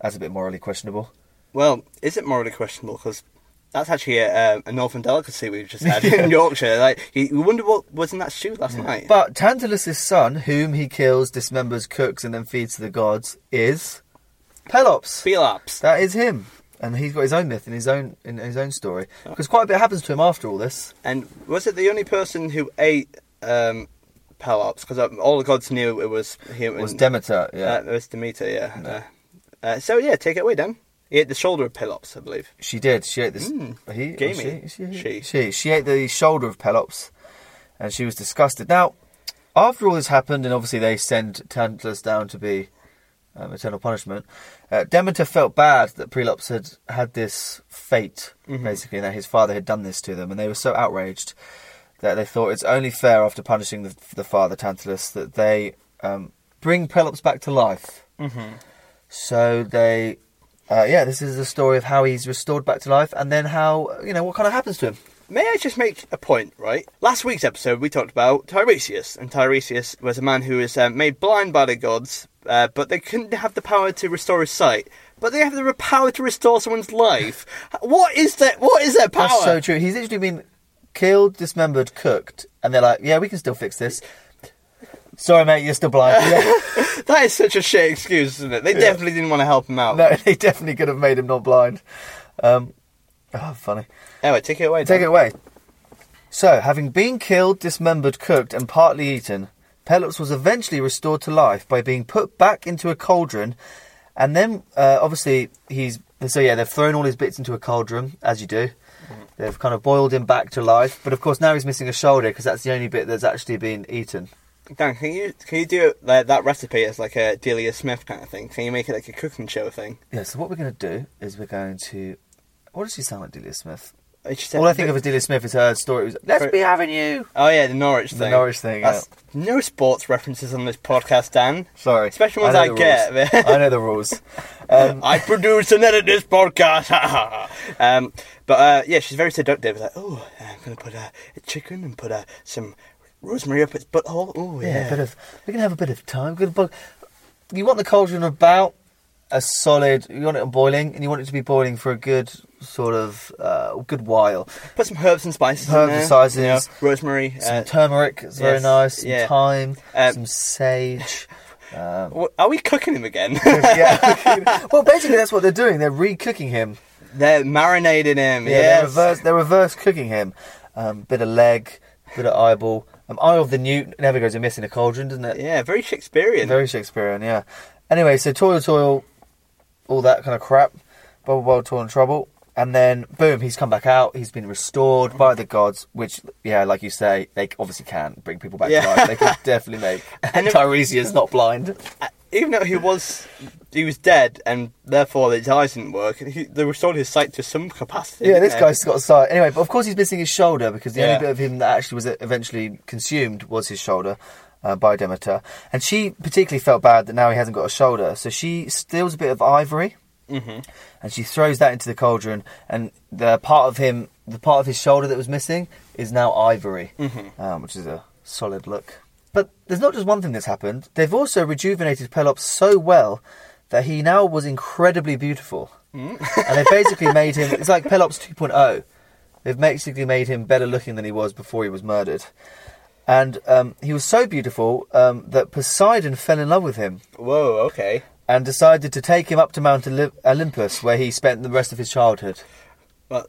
Speaker 2: that's a bit morally questionable.
Speaker 1: Well, is it morally questionable? Because that's actually a, um, a, a northern delicacy we've just had in Yorkshire. Like, you, you wonder what was in that stew last night.
Speaker 2: But Tantalus' son, whom he kills, dismembers, cooks, and then feeds to the gods, is Pelops.
Speaker 1: Pelops.
Speaker 2: That is him, and he's got his own myth and his own in his own story. Because quite a bit happens to him after all this.
Speaker 1: And was it the only person who ate um, Pelops? Because um, all the gods knew it was human.
Speaker 2: was Demeter, yeah.
Speaker 1: Uh, it was Demeter, yeah. Uh, uh, so, yeah, take it away, Dan. He ate the shoulder of Pelops, I believe.
Speaker 2: she did. She ate this.
Speaker 1: Mm,
Speaker 2: he, or She,
Speaker 1: gamey. She.
Speaker 2: she, she. She ate the shoulder of Pelops, and she was disgusted. Now, after all this happened, and obviously they send Tantalus down to be um, eternal punishment. Uh, Demeter felt bad that Pelops had had this fate, basically, and that his father had done this to them, and they were so outraged that they thought it's only fair after punishing the, the father Tantalus that they um, bring Pelops back to life.
Speaker 1: Mm-hmm.
Speaker 2: So they, uh, yeah, this is the story of how he's restored back to life, and then how you know what kind of happens to him.
Speaker 1: May I just make a point, right? Last week's episode, we talked about Tiresias, and Tiresias was a man who was uh, made blind by the gods, uh, but they couldn't have the power to restore his sight. But they have the power to restore someone's life. What is that? What is their power?
Speaker 2: That's so true. He's literally been killed, dismembered, cooked, and they're like, yeah, we can still fix this. Sorry, mate, you're still blind. <laughs> Yeah.
Speaker 1: That is such a shit excuse, isn't it? They definitely didn't want to help him out.
Speaker 2: no, they definitely could have made him not blind. Um, Oh, funny.
Speaker 1: Anyway, take it away.
Speaker 2: Take
Speaker 1: Dan.
Speaker 2: it away. So, having been killed, dismembered, cooked, and partly eaten, Pelops was eventually restored to life by being put back into a cauldron, and then uh, obviously he's so yeah they've thrown all his bits into a cauldron as you do. They've kind of boiled him back to life, but of course now he's missing a shoulder because that's the only bit that's actually been eaten.
Speaker 1: Dan, can you can you do that, that recipe as like a Delia Smith kind of thing? Can you make it like a cooking show thing?
Speaker 2: Yeah. So what we're going to do is we're going to. What does she sound like, Delia Smith?
Speaker 1: It's just a
Speaker 2: All I think
Speaker 1: bit-
Speaker 2: of as Delia Smith is her story. It was, Let's be having you.
Speaker 1: oh yeah, the Norwich
Speaker 2: The
Speaker 1: thing.
Speaker 2: Norwich thing,
Speaker 1: That's no sports references on this podcast, Dan.
Speaker 2: Sorry,
Speaker 1: Especially ones
Speaker 2: know
Speaker 1: I
Speaker 2: the
Speaker 1: get,
Speaker 2: rules.
Speaker 1: man.
Speaker 2: I know the <laughs> rules. Um,
Speaker 1: I produce and edit this podcast. <laughs> ha, ha, ha. um, but uh, yeah, she's very seductive. Like, oh, I'm gonna put uh, a chicken and put uh, some rosemary up its butthole. Oh
Speaker 2: Yeah,
Speaker 1: yeah.
Speaker 2: a bit of. We can have a bit of time. Good book. You want the cauldron about a solid. You want it boiling, and you want it to be boiling for a good sort of uh, good while.
Speaker 1: put some herbs and spices. in
Speaker 2: Herbs
Speaker 1: there,
Speaker 2: and spices.
Speaker 1: you know, rosemary.
Speaker 2: Some
Speaker 1: uh,
Speaker 2: turmeric is very
Speaker 1: yes,
Speaker 2: nice. Some
Speaker 1: yeah.
Speaker 2: thyme.
Speaker 1: Um,
Speaker 2: some
Speaker 1: <laughs>
Speaker 2: sage. Um,
Speaker 1: w- are we cooking him
Speaker 2: <laughs>
Speaker 1: again? <laughs>
Speaker 2: yeah. <laughs> well, basically, that's what they're doing. They're re-cooking him.
Speaker 1: They're marinating him.
Speaker 2: Yeah,
Speaker 1: yes.
Speaker 2: they're reverse. They're reverse cooking him. Um, bit of leg, bit of eyeball. Um, eye of the newt never goes amiss in a cauldron, doesn't it?
Speaker 1: Yeah, very Shakespearean.
Speaker 2: Very Shakespearean, yeah. Anyway, so toil, toil, all that kind of crap, bubble, bubble, toil and trouble, and then boom, he's come back out. He's been restored by the gods, which, yeah, like you say, they obviously can bring people back
Speaker 1: Yeah.
Speaker 2: to life. They
Speaker 1: <laughs>
Speaker 2: can definitely make.
Speaker 1: And
Speaker 2: And
Speaker 1: if-
Speaker 2: Tiresias not blind.
Speaker 1: Even though he was, he was dead, and therefore his eyes didn't work. He, they restored his sight to some capacity.
Speaker 2: Yeah, this
Speaker 1: didn't they?
Speaker 2: guy's got a sight. Anyway, but of course he's missing his shoulder because the
Speaker 1: Yeah.
Speaker 2: only bit of him that actually was eventually consumed was his shoulder uh, by Demeter. And she particularly felt bad that now he hasn't got a shoulder, so she steals a bit of ivory and she throws that into the cauldron. And the part of him, the part of his shoulder that was missing, is now ivory, um, which is a solid look. But there's not just one thing that's happened. They've also rejuvenated Pelops so well that he now was incredibly beautiful and they basically made him. It's like Pelops oh. 2.0. They've basically made him better looking than he was before he was murdered. And um, he was so beautiful um, that Poseidon fell in love with him
Speaker 1: Whoa. Okay.
Speaker 2: and decided to take him up to Mount Olymp- Olympus, where he spent the rest of his childhood.
Speaker 1: Well,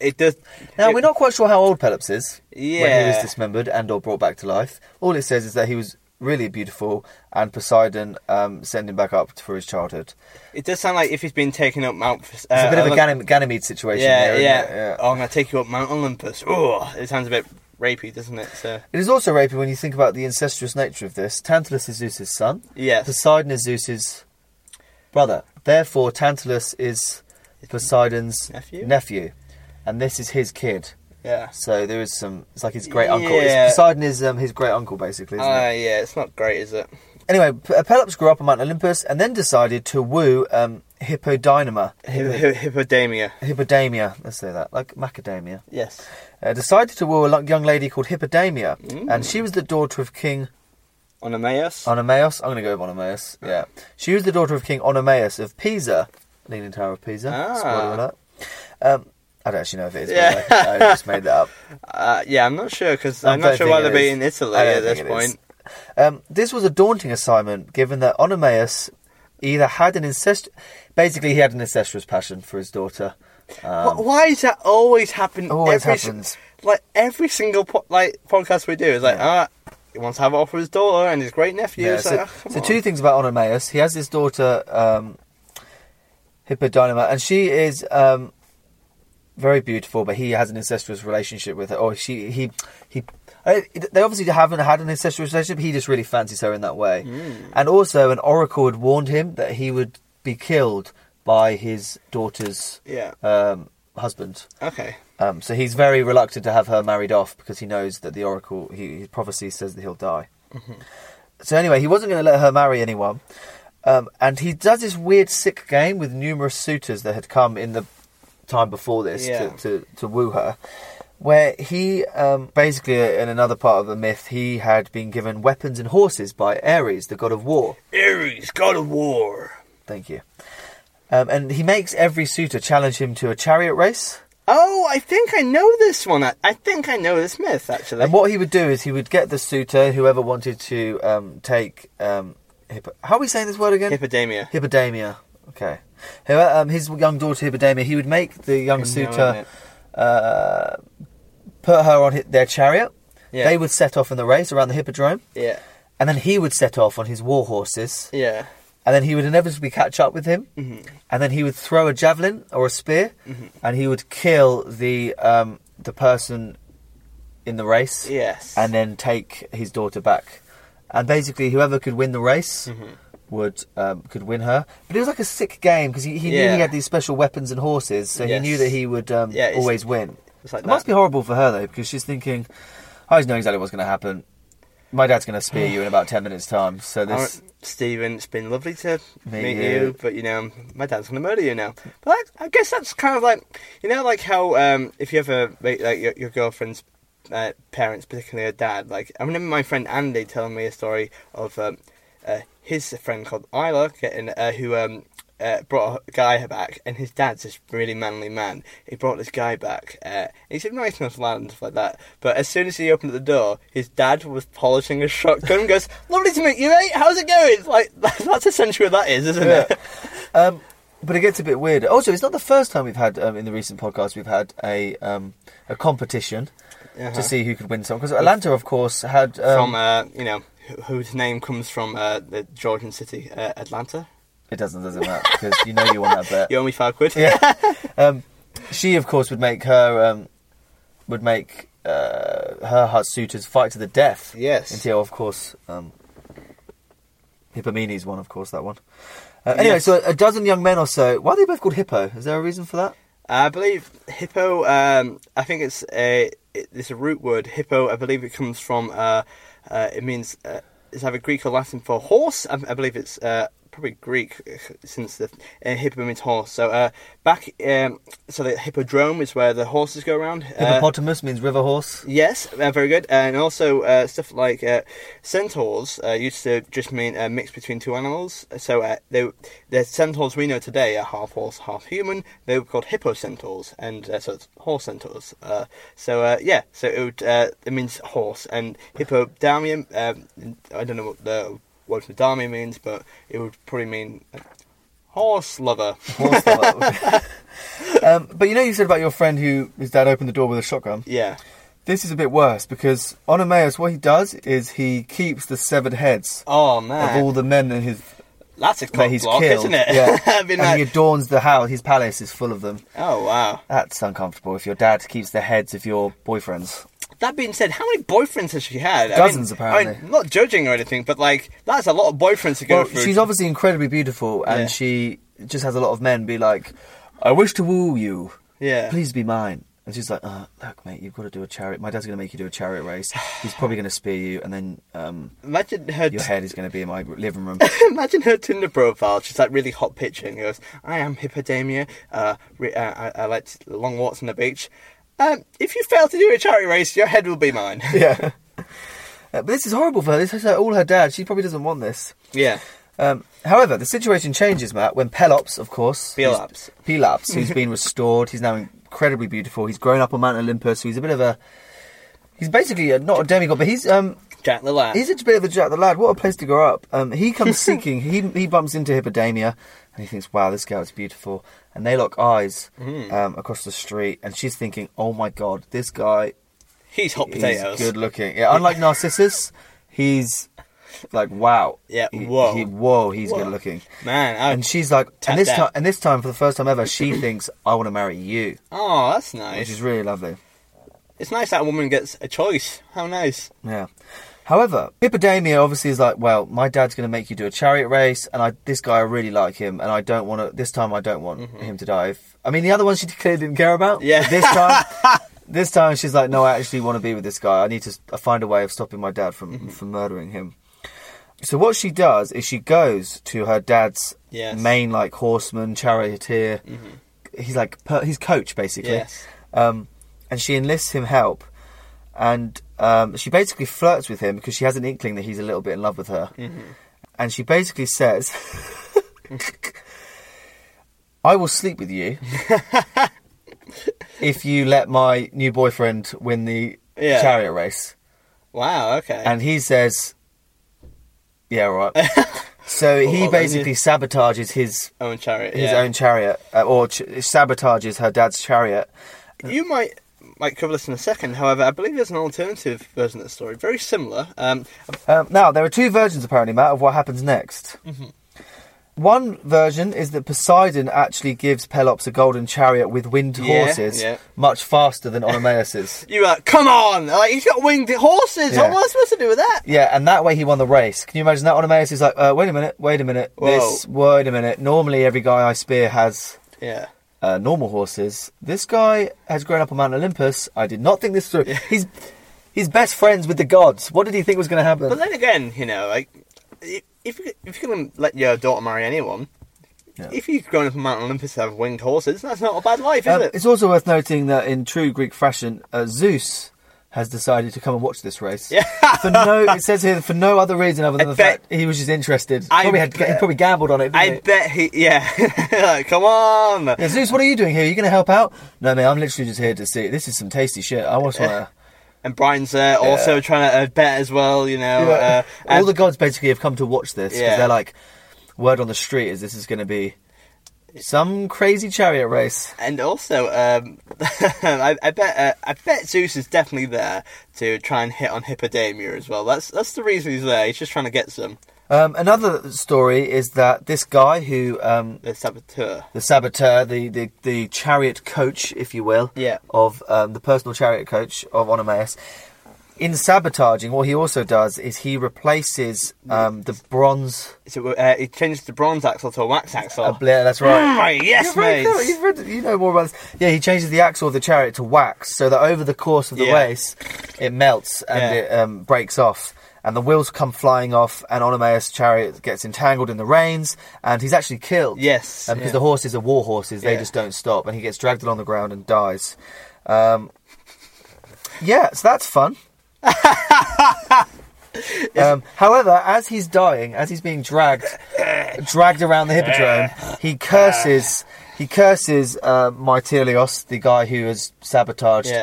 Speaker 1: it does.
Speaker 2: Now
Speaker 1: it-
Speaker 2: we're not quite sure how old Pelops is when he
Speaker 1: Yeah.
Speaker 2: was dismembered and/or brought back to life. All it says is that he was really beautiful, and Poseidon um, sent him back up for his childhood.
Speaker 1: It does sound like if he's been taken up Mount. It's
Speaker 2: It's a bit of a Ganym- Ganymede situation.
Speaker 1: Uh, Yeah,
Speaker 2: there, isn't
Speaker 1: yeah.
Speaker 2: it? yeah.
Speaker 1: Oh, I'm gonna take you up Mount Olympus. Oh, it sounds a bit rapey, doesn't it? So
Speaker 2: It is also rapey when you think about the incestuous nature of this. Tantalus is Zeus's son.
Speaker 1: yes,
Speaker 2: Poseidon is Zeus's brother. Therefore, Tantalus is Poseidon's
Speaker 1: Nephew?
Speaker 2: and this is his kid.
Speaker 1: yeah.
Speaker 2: So there is some. It's like his great uncle. It's-
Speaker 1: Yeah.
Speaker 2: Poseidon is um, his great uncle, basically. Isn't
Speaker 1: Ah,
Speaker 2: it?
Speaker 1: yeah. It's not great, is it?
Speaker 2: Anyway, P- uh, Pelops grew up on Mount Olympus and then decided to woo um, Hippodynama.
Speaker 1: Hi- hi- Hippodamia.
Speaker 2: Hippodamia. Let's say that, like macadamia.
Speaker 1: Yes.
Speaker 2: Uh, decided to woo a lo- young lady called Hippodamia,
Speaker 1: Mm.
Speaker 2: and she was the daughter of King
Speaker 1: Onomaeus.
Speaker 2: Onomaeus. I'm going to go with Onomaeus. Yeah. She was the daughter of King Onomaeus of Pisa, Leaning Tower of Pisa.
Speaker 1: Ah.
Speaker 2: Spoiler alert. Um, I don't actually know if it is.
Speaker 1: Yeah.
Speaker 2: Yeah. I just made
Speaker 1: <laughs>
Speaker 2: that up.
Speaker 1: Uh, yeah, I'm not sure because
Speaker 2: I
Speaker 1: I'm not
Speaker 2: don't
Speaker 1: sure why
Speaker 2: think
Speaker 1: they're
Speaker 2: it is.
Speaker 1: being in Italy
Speaker 2: I don't
Speaker 1: at this
Speaker 2: think it is.
Speaker 1: point.
Speaker 2: Um, this was a daunting assignment, given that Onomaeus either had an incest, basically he had an incestuous passion for his daughter. Um,
Speaker 1: Wh- why does that always happen?
Speaker 2: Always
Speaker 1: every, si-
Speaker 2: happens.
Speaker 1: Like every single po- like podcast we do is like, ah, he wants to have it off with his daughter and his great nephew.
Speaker 2: Yeah,
Speaker 1: It's
Speaker 2: so,
Speaker 1: like, ah, come
Speaker 2: so
Speaker 1: on.
Speaker 2: two things about Onomaeus. He has this daughter, um, Hippodynama, and she is um, very beautiful, but he has an incestuous relationship with her. Or she, he, he. I- They obviously haven't had an incestuous relationship. He just really fancies her in that way.
Speaker 1: Hmm.
Speaker 2: And also, an oracle had warned him that he would be killed by his daughter's
Speaker 1: Yeah.
Speaker 2: um, husband.
Speaker 1: Okay.
Speaker 2: Um, so he's very reluctant to have her married off because he knows that the oracle, he, his prophecy says that he'll die. So anyway, he wasn't going to let her marry anyone, um, and he does this weird sick game with numerous suitors that had come in the time before this
Speaker 1: Yeah.
Speaker 2: to, to to woo her, where he um, basically in another part of the myth he had been given weapons and horses by Ares, the god of war.
Speaker 1: Ares, god of war.
Speaker 2: Thank you. Um, and he makes every suitor challenge him to a chariot race.
Speaker 1: Oh, I think I know this one. I, I think I know this myth actually.
Speaker 2: And what he would do is he would get the suitor, whoever wanted to um, take. Um, hippo- How are we saying this word again?
Speaker 1: Hippodamia.
Speaker 2: Hippodamia. Okay. who, um, his young daughter Hippodamia, he would make the young suitor uh, put her on hi- their chariot.
Speaker 1: Yeah.
Speaker 2: They would set off in the race around the hippodrome,
Speaker 1: Yeah.
Speaker 2: and then he would set off on his war horses,
Speaker 1: Yeah. Mm-hmm.
Speaker 2: and then he would inevitably catch up with him, and then he would throw a javelin or a spear, and he would kill the um, the person in the race,
Speaker 1: Yes.
Speaker 2: and then take his daughter back. And basically, whoever could win the race
Speaker 1: Mm-hmm.
Speaker 2: would um, could win her. But it was like a sick game because he, he knew
Speaker 1: Yeah.
Speaker 2: he had these special weapons and horses, so
Speaker 1: Yes.
Speaker 2: he knew that he would um,
Speaker 1: Yeah, it's-
Speaker 2: always win.
Speaker 1: it's like
Speaker 2: it must
Speaker 1: that.
Speaker 2: be horrible for her though because she's thinking, "I just know exactly what's going to happen. My dad's going to spear you in about ten minutes' time."
Speaker 1: <sighs>
Speaker 2: So
Speaker 1: All
Speaker 2: this.
Speaker 1: right, Stephen, it's been lovely to
Speaker 2: Meet
Speaker 1: meet
Speaker 2: you.
Speaker 1: you. but you know, my dad's gonna murder you now. But I, I guess that's kind of like you know, like how um, if you ever make like your, your girlfriend's uh, parents, particularly her dad. Like I remember my friend Andy telling me a story of um, uh, his friend called Isla getting uh, who um, uh, brought a guy back, and his dad's this really manly man. He brought this guy back. Uh, he's a nice enough lad and stuff like that. But as soon as he opened the door, his dad was polishing a shotgun. and Goes, lovely to meet you, mate. How's it going? Like <laughs> that's essentially what that is, isn't
Speaker 2: Yeah.
Speaker 1: it?
Speaker 2: um, but it gets a bit weird. Also, it's not the first time we've had um, in the recent podcast we've had a um, a competition
Speaker 1: Uh-huh.
Speaker 2: to see who could win something. Because Atlanta, of course, had um,
Speaker 1: from uh, you know wh- whose name comes from uh, the Georgian city, uh, Atlanta.
Speaker 2: It doesn't, doesn't matter because you know you won that bet.
Speaker 1: <laughs> You owe me five quid.
Speaker 2: Yeah. Um, she, of course, would make her um, would make uh, her heart suitors fight to the death.
Speaker 1: Yes.
Speaker 2: Until, of course, um, Hippomenes won. Of course, that one. Uh, anyway,
Speaker 1: Yes.
Speaker 2: so a dozen young men or so. Why are they both called Hippo? Is there a reason for that?
Speaker 1: I believe hippo. Um, I think it's a it, it's a root word. Hippo. I believe it comes from. Uh, uh, it means uh, it's either Greek or Latin for horse. I, I believe it's uh, probably Greek uh, since the uh, hippo means horse. So uh, back. Um, so the hippodrome is where the horses go around. Uh,
Speaker 2: Hippopotamus means river horse.
Speaker 1: Yes, uh, very good. And also uh, stuff like uh, centaurs uh, used to just mean a mix between two animals. So uh, they, the centaurs we know today are half horse, half human. They were called hippocentaurs, and uh, so it's horse centaurs. Uh, so uh, yeah, so it, would, uh, it means horse and hippodamia. Um, I don't know what the word for damia means, but it would probably mean uh, horse lover.
Speaker 2: Horse
Speaker 1: <laughs>
Speaker 2: um, but you know, you said about your friend who his dad opened the door with a shotgun.
Speaker 1: Yeah.
Speaker 2: This is a bit worse because Onomaeus, what he does is he keeps the severed heads
Speaker 1: Oh
Speaker 2: of
Speaker 1: man,
Speaker 2: all the men in his
Speaker 1: that's a cock
Speaker 2: that he's
Speaker 1: block,
Speaker 2: killed.
Speaker 1: isn't it? <laughs>
Speaker 2: Yeah.
Speaker 1: I've been
Speaker 2: and he
Speaker 1: like,
Speaker 2: adorns the house. His palace is full of them.
Speaker 1: oh wow.
Speaker 2: That's uncomfortable. If your dad keeps the heads of your boyfriends,
Speaker 1: That being said, how many boyfriends has she had? I
Speaker 2: Dozens,
Speaker 1: mean- I
Speaker 2: apparently.
Speaker 1: mean, not judging or anything, but like that's a lot of boyfriends to go
Speaker 2: well,
Speaker 1: through.
Speaker 2: she's obviously incredibly beautiful, and
Speaker 1: Yeah.
Speaker 2: she just has a lot of men be like, "I wish to woo you.
Speaker 1: Yeah.
Speaker 2: please be mine." And she's like, uh, "Look, mate, you've got to do a chariot. My dad's going to make you do a chariot race. He's probably going to spear you, and then um,
Speaker 1: imagine her.
Speaker 2: your head is going to be in my living room."
Speaker 1: <laughs> imagine her Tinder profile. She's like really hot picture and goes, "I am Hippodamia. Uh, re- uh, I, I like to- long walks on the beach. Um, if you fail to do a charity race, your head will be mine." <laughs>
Speaker 2: yeah, <laughs> Uh, but this is horrible for her. This is her, all her dad. She probably doesn't want this.
Speaker 1: yeah.
Speaker 2: Um, however, the situation changes, Matt, when Pelops, of course. who's-
Speaker 1: Pelops.
Speaker 2: Pelops,
Speaker 1: <laughs>
Speaker 2: who's been restored. He's now incredibly beautiful. He's grown up on Mount Olympus, so he's a bit of a. He's basically a, not a demigod, but he's um
Speaker 1: Jack the Lad.
Speaker 2: he's a bit of a Jack the Lad. What a place to grow up. Um, he
Speaker 1: <laughs>
Speaker 2: comes seeking. He he bumps into Hippodamia, and he thinks, "Wow, this girl is beautiful." And they lock eyes
Speaker 1: Hmm.
Speaker 2: um, across the street, and she's thinking, "Oh my God, this guy
Speaker 1: He's hot potatoes.
Speaker 2: He's good looking. Yeah,
Speaker 1: <laughs>
Speaker 2: unlike Narcissus, he's like wow.
Speaker 1: Yeah,
Speaker 2: He-
Speaker 1: whoa.
Speaker 2: he- whoa, he's
Speaker 1: Whoa.
Speaker 2: good looking.
Speaker 1: Man, I,
Speaker 2: And she's like,
Speaker 1: Tap
Speaker 2: and this
Speaker 1: that.
Speaker 2: time, and this time for the first time ever,
Speaker 1: <clears throat>
Speaker 2: she thinks I want to marry you,
Speaker 1: oh, that's
Speaker 2: which
Speaker 1: nice.
Speaker 2: is really lovely.
Speaker 1: It's nice that a woman gets a choice. How nice.
Speaker 2: Yeah. However, Hippodamia obviously is like, well, my dad's going to make you do a chariot race, and I this guy I really like him, and I don't want to. This time, I don't want him to die. If, I mean, the other one she clearly didn't care about.
Speaker 1: Mm-hmm. Yeah.
Speaker 2: but This
Speaker 1: <laughs>
Speaker 2: time, this time she's like, no, I actually want to be with this guy. I need to s- find a way of stopping my dad from
Speaker 1: Mm-hmm.
Speaker 2: from murdering him. So what she does is she goes to her dad's
Speaker 1: Yes. Mm-hmm.
Speaker 2: main like horseman charioteer. He's like per, his coach basically.
Speaker 1: Yes.
Speaker 2: Um, and she enlists him help, and um, she basically flirts with him because she has an inkling that he's a little bit in love with her.
Speaker 1: Mm-hmm.
Speaker 2: And she basically says, <laughs> "I will sleep with
Speaker 1: <laughs>
Speaker 2: you if you let my new boyfriend win the
Speaker 1: Yeah.
Speaker 2: chariot race."
Speaker 1: Wow. Okay. <laughs>
Speaker 2: And he says, "Yeah, all right." So he
Speaker 1: well, then
Speaker 2: basically
Speaker 1: you-
Speaker 2: sabotages his
Speaker 1: Own chariot.
Speaker 2: his
Speaker 1: yeah.
Speaker 2: own chariot, uh, or ch- sabotages her dad's chariot.
Speaker 1: You might might cover this in a second. However, I believe there's an alternative version of the story, very similar. Um,
Speaker 2: Um, now there are two versions apparently, Matt, of what happens next.
Speaker 1: Mm-hmm.
Speaker 2: One version is that Poseidon actually gives Pelops a golden chariot with winged
Speaker 1: Yeah,
Speaker 2: horses,
Speaker 1: yeah.
Speaker 2: much faster than
Speaker 1: <laughs>
Speaker 2: Oenomaus's.
Speaker 1: you were like, come on! Like, he's got winged horses.
Speaker 2: Yeah.
Speaker 1: What am I supposed to do with that?
Speaker 2: Yeah, and that way he won the race. Can you imagine that? Onomaeus is like, uh, wait a minute, wait a minute,
Speaker 1: Whoa.
Speaker 2: this, wait a minute. Normally, every guy I spear has
Speaker 1: Yeah.
Speaker 2: uh, normal horses. This guy has grown up on Mount Olympus. I did not think this through. He's he's best friends with the gods. What did he think was going to happen?
Speaker 1: But then again, you know, like i- if you, if you're gonna let your daughter marry anyone,
Speaker 2: Yeah.
Speaker 1: if you've grown up in Mount Olympus to have winged horses, that's not a bad life, is
Speaker 2: Um,
Speaker 1: it?
Speaker 2: it's also worth noting that in true Greek fashion, uh, Zeus has decided to come and watch this race. Yeah. for no, it says here for no other reason other than
Speaker 1: I
Speaker 2: the
Speaker 1: bet-
Speaker 2: fact he was just interested.
Speaker 1: I
Speaker 2: probably had he
Speaker 1: bet-
Speaker 2: probably gambled on it. didn't
Speaker 1: I
Speaker 2: he?
Speaker 1: bet he. Yeah. <laughs> like, come on.
Speaker 2: Yeah, Zeus, what are you doing here? Are you going to help out? No, mate, I'm literally just here to see. This is some uh, tasty shit. I just want to.
Speaker 1: And Brian's uh, also trying to uh, bet as <laughs> well, you know. Uh,
Speaker 2: All
Speaker 1: and
Speaker 2: the gods basically have come to watch this because
Speaker 1: Yeah.
Speaker 2: they're like, word on the street is this is going to be some crazy chariot race.
Speaker 1: And also, um, <laughs> I, I bet uh, I bet Zeus is definitely there to try and hit on Hippodamia as well. That's that's the reason he's there. He's just trying to get some
Speaker 2: Um, another story is that this guy who. Um,
Speaker 1: the uh, saboteur.
Speaker 2: the saboteur, the, the, the chariot coach, if you will,
Speaker 1: Yeah.
Speaker 2: of um, the personal chariot coach of Onomaeus. In sabotaging, what he also does is he replaces um, the bronze.
Speaker 1: So uh, he changes the bronze axle to a wax axle.
Speaker 2: Uh, Blair, that's right.
Speaker 1: Mm, right, yes,
Speaker 2: You're very
Speaker 1: mate.
Speaker 2: clever. You've read- you know more about this. Yeah, he changes the axle of the chariot to wax so that over the course of the
Speaker 1: Yeah.
Speaker 2: race, it melts and
Speaker 1: Yeah.
Speaker 2: it um, breaks off. And the wheels come flying off, and Onomaeus' chariot gets entangled in the reins, and he's actually killed.
Speaker 1: Yes,
Speaker 2: Um, because the
Speaker 1: yeah.
Speaker 2: horses are war horses, they
Speaker 1: Yeah.
Speaker 2: just don't stop, and he gets dragged along the ground and dies. Um, yeah, so that's <laughs> fun. Um, however, as he's dying, as he's being dragged, dragged around the hippodrome, he curses. He curses uh, Mytilios, the guy who has sabotaged.
Speaker 1: Yeah.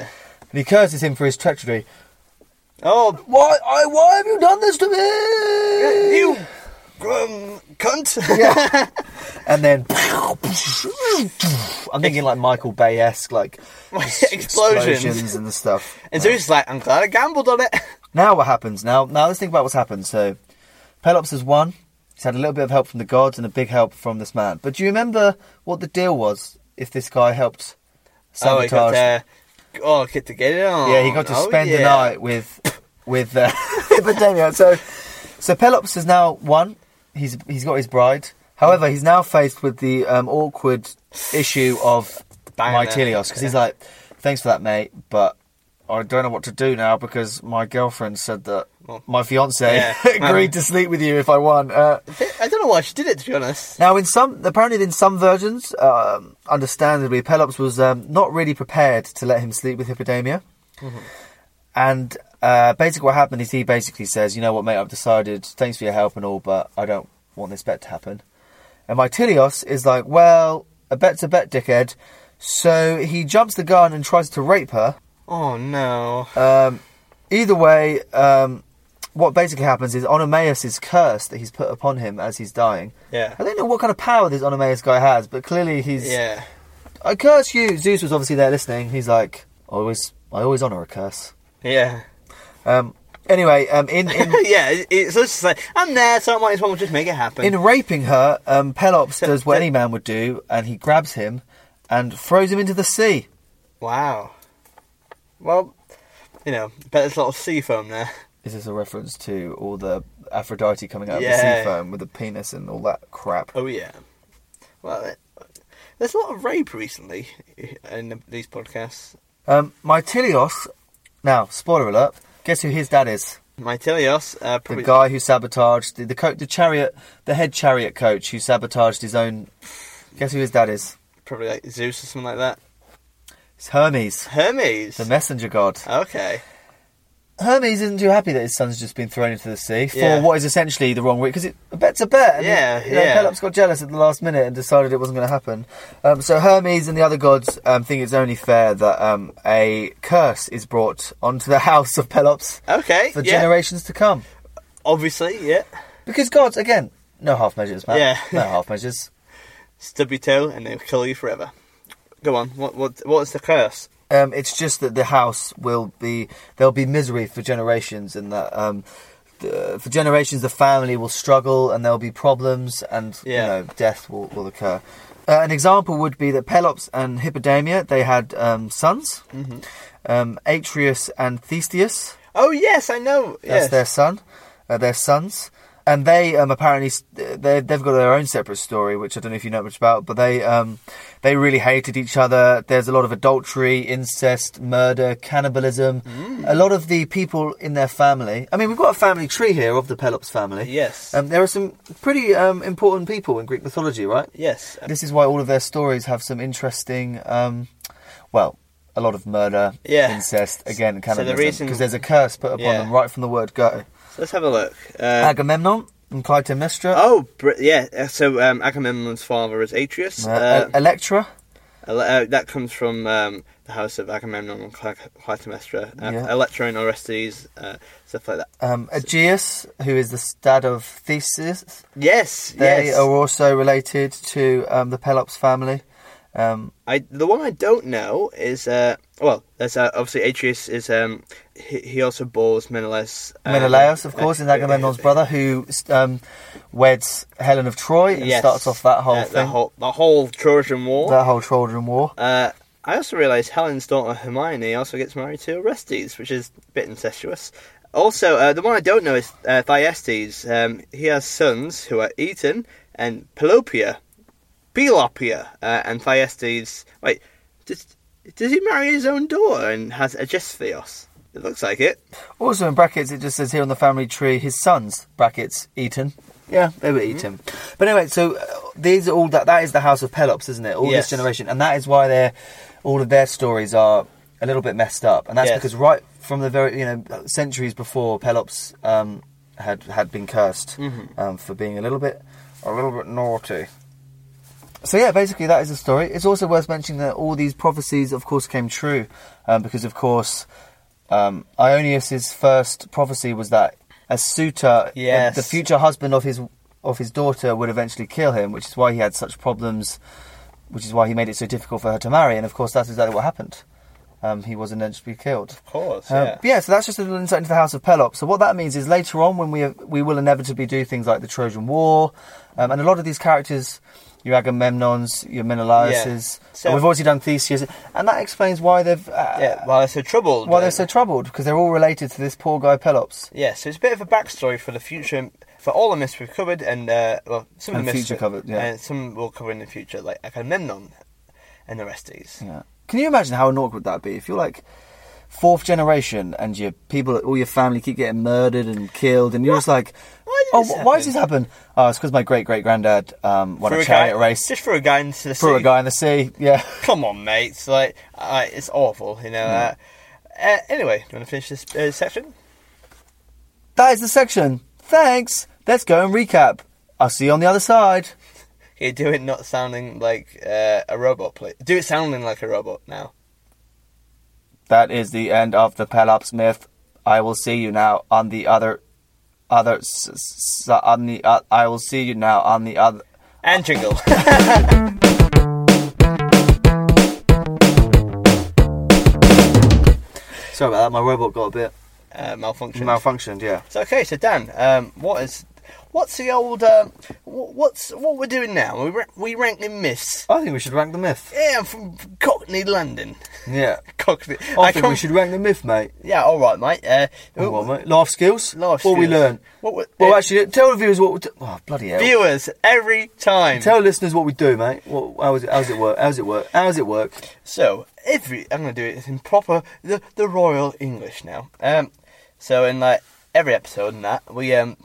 Speaker 2: And he curses him for his treachery.
Speaker 1: Oh,
Speaker 2: Why? I, why have you done this to me?
Speaker 1: you um, cunt! <laughs>
Speaker 2: Yeah. <laughs> and then, I'm thinking like Michael Bay-esque, like
Speaker 1: Explosions.
Speaker 2: explosions and stuff.
Speaker 1: and Zeus is like, I'm glad I gambled on it. <laughs>
Speaker 2: Now what happens? Now, now let's think about what's happened. So, Pelops has won. He's had a little bit of help from the gods and a big help from this man. But do you remember what the deal was if this guy helped
Speaker 1: Oh, he
Speaker 2: sabotage?
Speaker 1: got uh, oh, get to get it on.
Speaker 2: yeah, he got to
Speaker 1: Oh,
Speaker 2: spend the
Speaker 1: yeah.
Speaker 2: night with <laughs> with uh, Hippodamia. So, so Pelops has now won. He's he's got his bride. However, he's now faced with the um, awkward issue of
Speaker 1: Diana.
Speaker 2: Mytilios because he's like, "Thanks for that, mate, but I don't know what to do now because my girlfriend said that
Speaker 1: Well,
Speaker 2: my fiance
Speaker 1: yeah.
Speaker 2: <laughs> agreed to sleep with you if I won." Uh,
Speaker 1: I don't know why she did it. To be honest,
Speaker 2: now, in some apparently in some versions, um, understandably, Pelops was um, not really prepared to let him sleep with Hippodamia, and uh, basically what happened is he basically says, "You know what, mate? I've decided. Thanks for your help and all, but I don't want this bet to happen." And Mytilios is like, "Well, a bet's a bet, dickhead." So he jumps the gun and tries to rape her.
Speaker 1: oh no.
Speaker 2: Um, either way, um, what basically happens is Onomaeus' curse that he's put upon him as he's dying.
Speaker 1: Yeah.
Speaker 2: I don't know what kind of power this Onomaeus guy has, but clearly he's.
Speaker 1: Yeah.
Speaker 2: I curse you. Zeus was obviously there listening. He's like, I always, I always honor a curse.
Speaker 1: Yeah.
Speaker 2: Um, anyway, um, in in,
Speaker 1: <laughs> yeah, it- it's just like, I'm there, so I might as well just make it happen.
Speaker 2: in raping her, um, Pelops does what
Speaker 1: <laughs>
Speaker 2: any man would do, and he grabs him and throws him into the sea.
Speaker 1: wow. Well, you know, bet there's a lot of sea foam there.
Speaker 2: Is this a reference to all the Aphrodite coming out of the
Speaker 1: Yeah.
Speaker 2: sea foam with the penis and all that crap?
Speaker 1: Oh, yeah. Well, it- there's a lot of rape recently in these podcasts.
Speaker 2: Um, Mytilios. Now, spoiler alert. Guess who his dad is?
Speaker 1: Mytilios, uh,
Speaker 2: The
Speaker 1: probably.
Speaker 2: guy who sabotaged the the, co- the chariot, the head chariot coach who sabotaged his own. Guess who his dad is?
Speaker 1: Probably like Zeus or something like that.
Speaker 2: It's Hermes,
Speaker 1: Hermes!
Speaker 2: the messenger god.
Speaker 1: okay.
Speaker 2: Hermes isn't too happy that his son's just been thrown into the sea for
Speaker 1: Yeah.
Speaker 2: what is essentially the wrong way because a bet's a bet. and,
Speaker 1: Yeah,
Speaker 2: you know,
Speaker 1: yeah.
Speaker 2: Pelops got jealous at the last minute and decided it wasn't going to happen. Um, so Hermes and the other gods um, think it's only fair that um, a curse is brought onto the <laughs> house of Pelops
Speaker 1: Okay.
Speaker 2: for
Speaker 1: Uh, yeah.
Speaker 2: generations to come.
Speaker 1: Obviously, yeah.
Speaker 2: Because gods, again, No half measures, Matt.
Speaker 1: Yeah.
Speaker 2: No half measures.
Speaker 1: Stub your toe and they'll kill you forever. Go on. What what what is the curse?
Speaker 2: Um, it's just that the house will be there'll be misery for generations, and that um, the, for generations the family will struggle, and there'll be problems, and
Speaker 1: Yeah.
Speaker 2: you know death will, will occur. Uh, an example would be that Pelops and Hippodamia they had um, sons,
Speaker 1: Mm-hmm.
Speaker 2: um, Atreus and Theseus.
Speaker 1: Oh yes, I know.
Speaker 2: That's
Speaker 1: yes.
Speaker 2: their son, uh, their sons, and they um, apparently s- they they've got their own separate story, which I don't know if you know much about. But they um, they really hated each other. There's a lot of adultery, incest, murder, cannibalism.
Speaker 1: Mm.
Speaker 2: A lot of the people in their family. I mean, we've got a family tree here of the Pelops family.
Speaker 1: Yes.
Speaker 2: um, there are some pretty um, important people in Greek mythology, right?
Speaker 1: yes.
Speaker 2: This is why all of their stories have some interesting, um, well, a lot of murder,
Speaker 1: Yeah.
Speaker 2: incest, again,
Speaker 1: So the
Speaker 2: cannibalism, because
Speaker 1: reason-
Speaker 2: there's a curse put upon
Speaker 1: Yeah.
Speaker 2: them right from the word go.
Speaker 1: So let's have a look. Uh,
Speaker 2: Agamemnon and Clytemnestra,
Speaker 1: oh, br- yeah. uh, So um, Agamemnon's father is Atreus.
Speaker 2: uh,
Speaker 1: Uh,
Speaker 2: E- Electra,
Speaker 1: Ele- uh, that comes from um, the house of Agamemnon and Cly- Clytemnestra. Uh,
Speaker 2: Yeah.
Speaker 1: Electra and Orestes, uh, stuff like that.
Speaker 2: um, Aegeus, who is the dad of Theseus.
Speaker 1: Yes,
Speaker 2: They
Speaker 1: yes.
Speaker 2: are also related to um, the Pelops family. Um,
Speaker 1: I the one I don't know is uh well there's uh, obviously Atreus is um he, he also bores Menelaus um,
Speaker 2: Menelaus, of course,
Speaker 1: uh,
Speaker 2: is Agamemnon's brother, who um, weds Helen of Troy and
Speaker 1: yes.
Speaker 2: starts off that whole
Speaker 1: Uh, the
Speaker 2: thing,
Speaker 1: whole the whole Trojan War
Speaker 2: that whole Trojan War.
Speaker 1: uh I also realised Helen's daughter Hermione also gets married to Orestes which is a bit incestuous also uh, the one I don't know is uh, Thyestes um he has sons who are Eton and Pelopia Pelopia uh, and Thyestes wait does does he marry his own daughter and has Aegistheos it looks like it.
Speaker 2: Also, in brackets, it just says here on the family tree, his sons, brackets, Eton. Yeah, they were Eton. But anyway, so uh, these are all that, that is the house of Pelops, isn't it? All
Speaker 1: Yes.
Speaker 2: this generation. And that is why they're, all of their stories are a little bit messed up. And that's
Speaker 1: Yes.
Speaker 2: because right from the very, you know, centuries before, Pelops um, had, had been cursed um, for being a little bit, a little bit naughty. So yeah, basically that is the story. It's also worth mentioning that all these prophecies, of course, came true, um, because of course, um, Ionius's first prophecy was that a suitor, uh,
Speaker 1: Yes.
Speaker 2: the future husband of his of his daughter, would eventually kill him, which is why he had such problems, which is why he made it so difficult for her to marry. And of course, that's exactly what happened. Um, he was eventually killed.
Speaker 1: Of course,
Speaker 2: Uh, but yeah, so that's just a little insight into the House of Pelops. So what that means is later on, when we we will inevitably do things like the Trojan War, um, and a lot of these characters, your Agamemnon's, your Menelaus's,
Speaker 1: Yeah. So-
Speaker 2: and we've already done Theseus, and that explains why they've uh,
Speaker 1: Yeah, well, they're so troubled.
Speaker 2: why
Speaker 1: uh,
Speaker 2: they're so troubled because they're all related to this poor guy Pelops.
Speaker 1: Yeah, so it's a bit of a backstory for the future, for all the myths we've covered, and uh, well, some of
Speaker 2: And
Speaker 1: the myths
Speaker 2: future covered, yeah.
Speaker 1: and some we'll cover in the future, like Agamemnon and Orestes.
Speaker 2: Yeah. Can you imagine how annoying would that be if you're like fourth generation and your people, all your family keep getting murdered and killed, and you're just like,
Speaker 1: Why did
Speaker 2: oh,
Speaker 1: this
Speaker 2: wh- why does
Speaker 1: happen?"
Speaker 2: this happen? Oh, it's because my great great granddad um, won
Speaker 1: For
Speaker 2: a chariot
Speaker 1: guy,
Speaker 2: race.
Speaker 1: just for a guy into the
Speaker 2: Threw a
Speaker 1: sea.
Speaker 2: guy in the sea, yeah.
Speaker 1: Come on, mate. It's like uh, it's awful, you know. Uh, uh, anyway, do you want to finish this uh, section?
Speaker 2: That is the section. Thanks. Let's go and recap. I'll see you on the other side.
Speaker 1: Can you do it not sounding like uh, a robot? Please do it sounding like a robot now.
Speaker 2: That is the end of the Pelops myth. I will see you now on the other, other, s- s- on the. Uh, I will see you now on the other.
Speaker 1: And jingle. <laughs>
Speaker 2: Sorry about that. My robot got a bit
Speaker 1: uh, malfunction.
Speaker 2: malfunctioned. Yeah.
Speaker 1: So okay, so Dan, um, what is, what's the old, um, wh- what's what we're doing now? We ra- we ranking myths.
Speaker 2: I think we should rank the myth.
Speaker 1: Yeah, I'm from Cockney, London. <laughs>
Speaker 2: Yeah.
Speaker 1: Cockney.
Speaker 2: I, think we
Speaker 1: can't-
Speaker 2: should rank the myth, mate.
Speaker 1: Yeah, all right, mate. Uh,
Speaker 2: Come
Speaker 1: what-
Speaker 2: on, mate. Life skills.
Speaker 1: Life
Speaker 2: What we
Speaker 1: skills.
Speaker 2: learn.
Speaker 1: What we-
Speaker 2: well,
Speaker 1: eh,
Speaker 2: actually, tell the viewers what. We do. Oh, bloody hell.
Speaker 1: Viewers every time.
Speaker 2: Tell listeners what we do, mate. What, how is it? How's it work? How's it work? How's it work?
Speaker 1: So every I'm gonna do it in proper the the Royal English now. Um, so in like every episode and that we um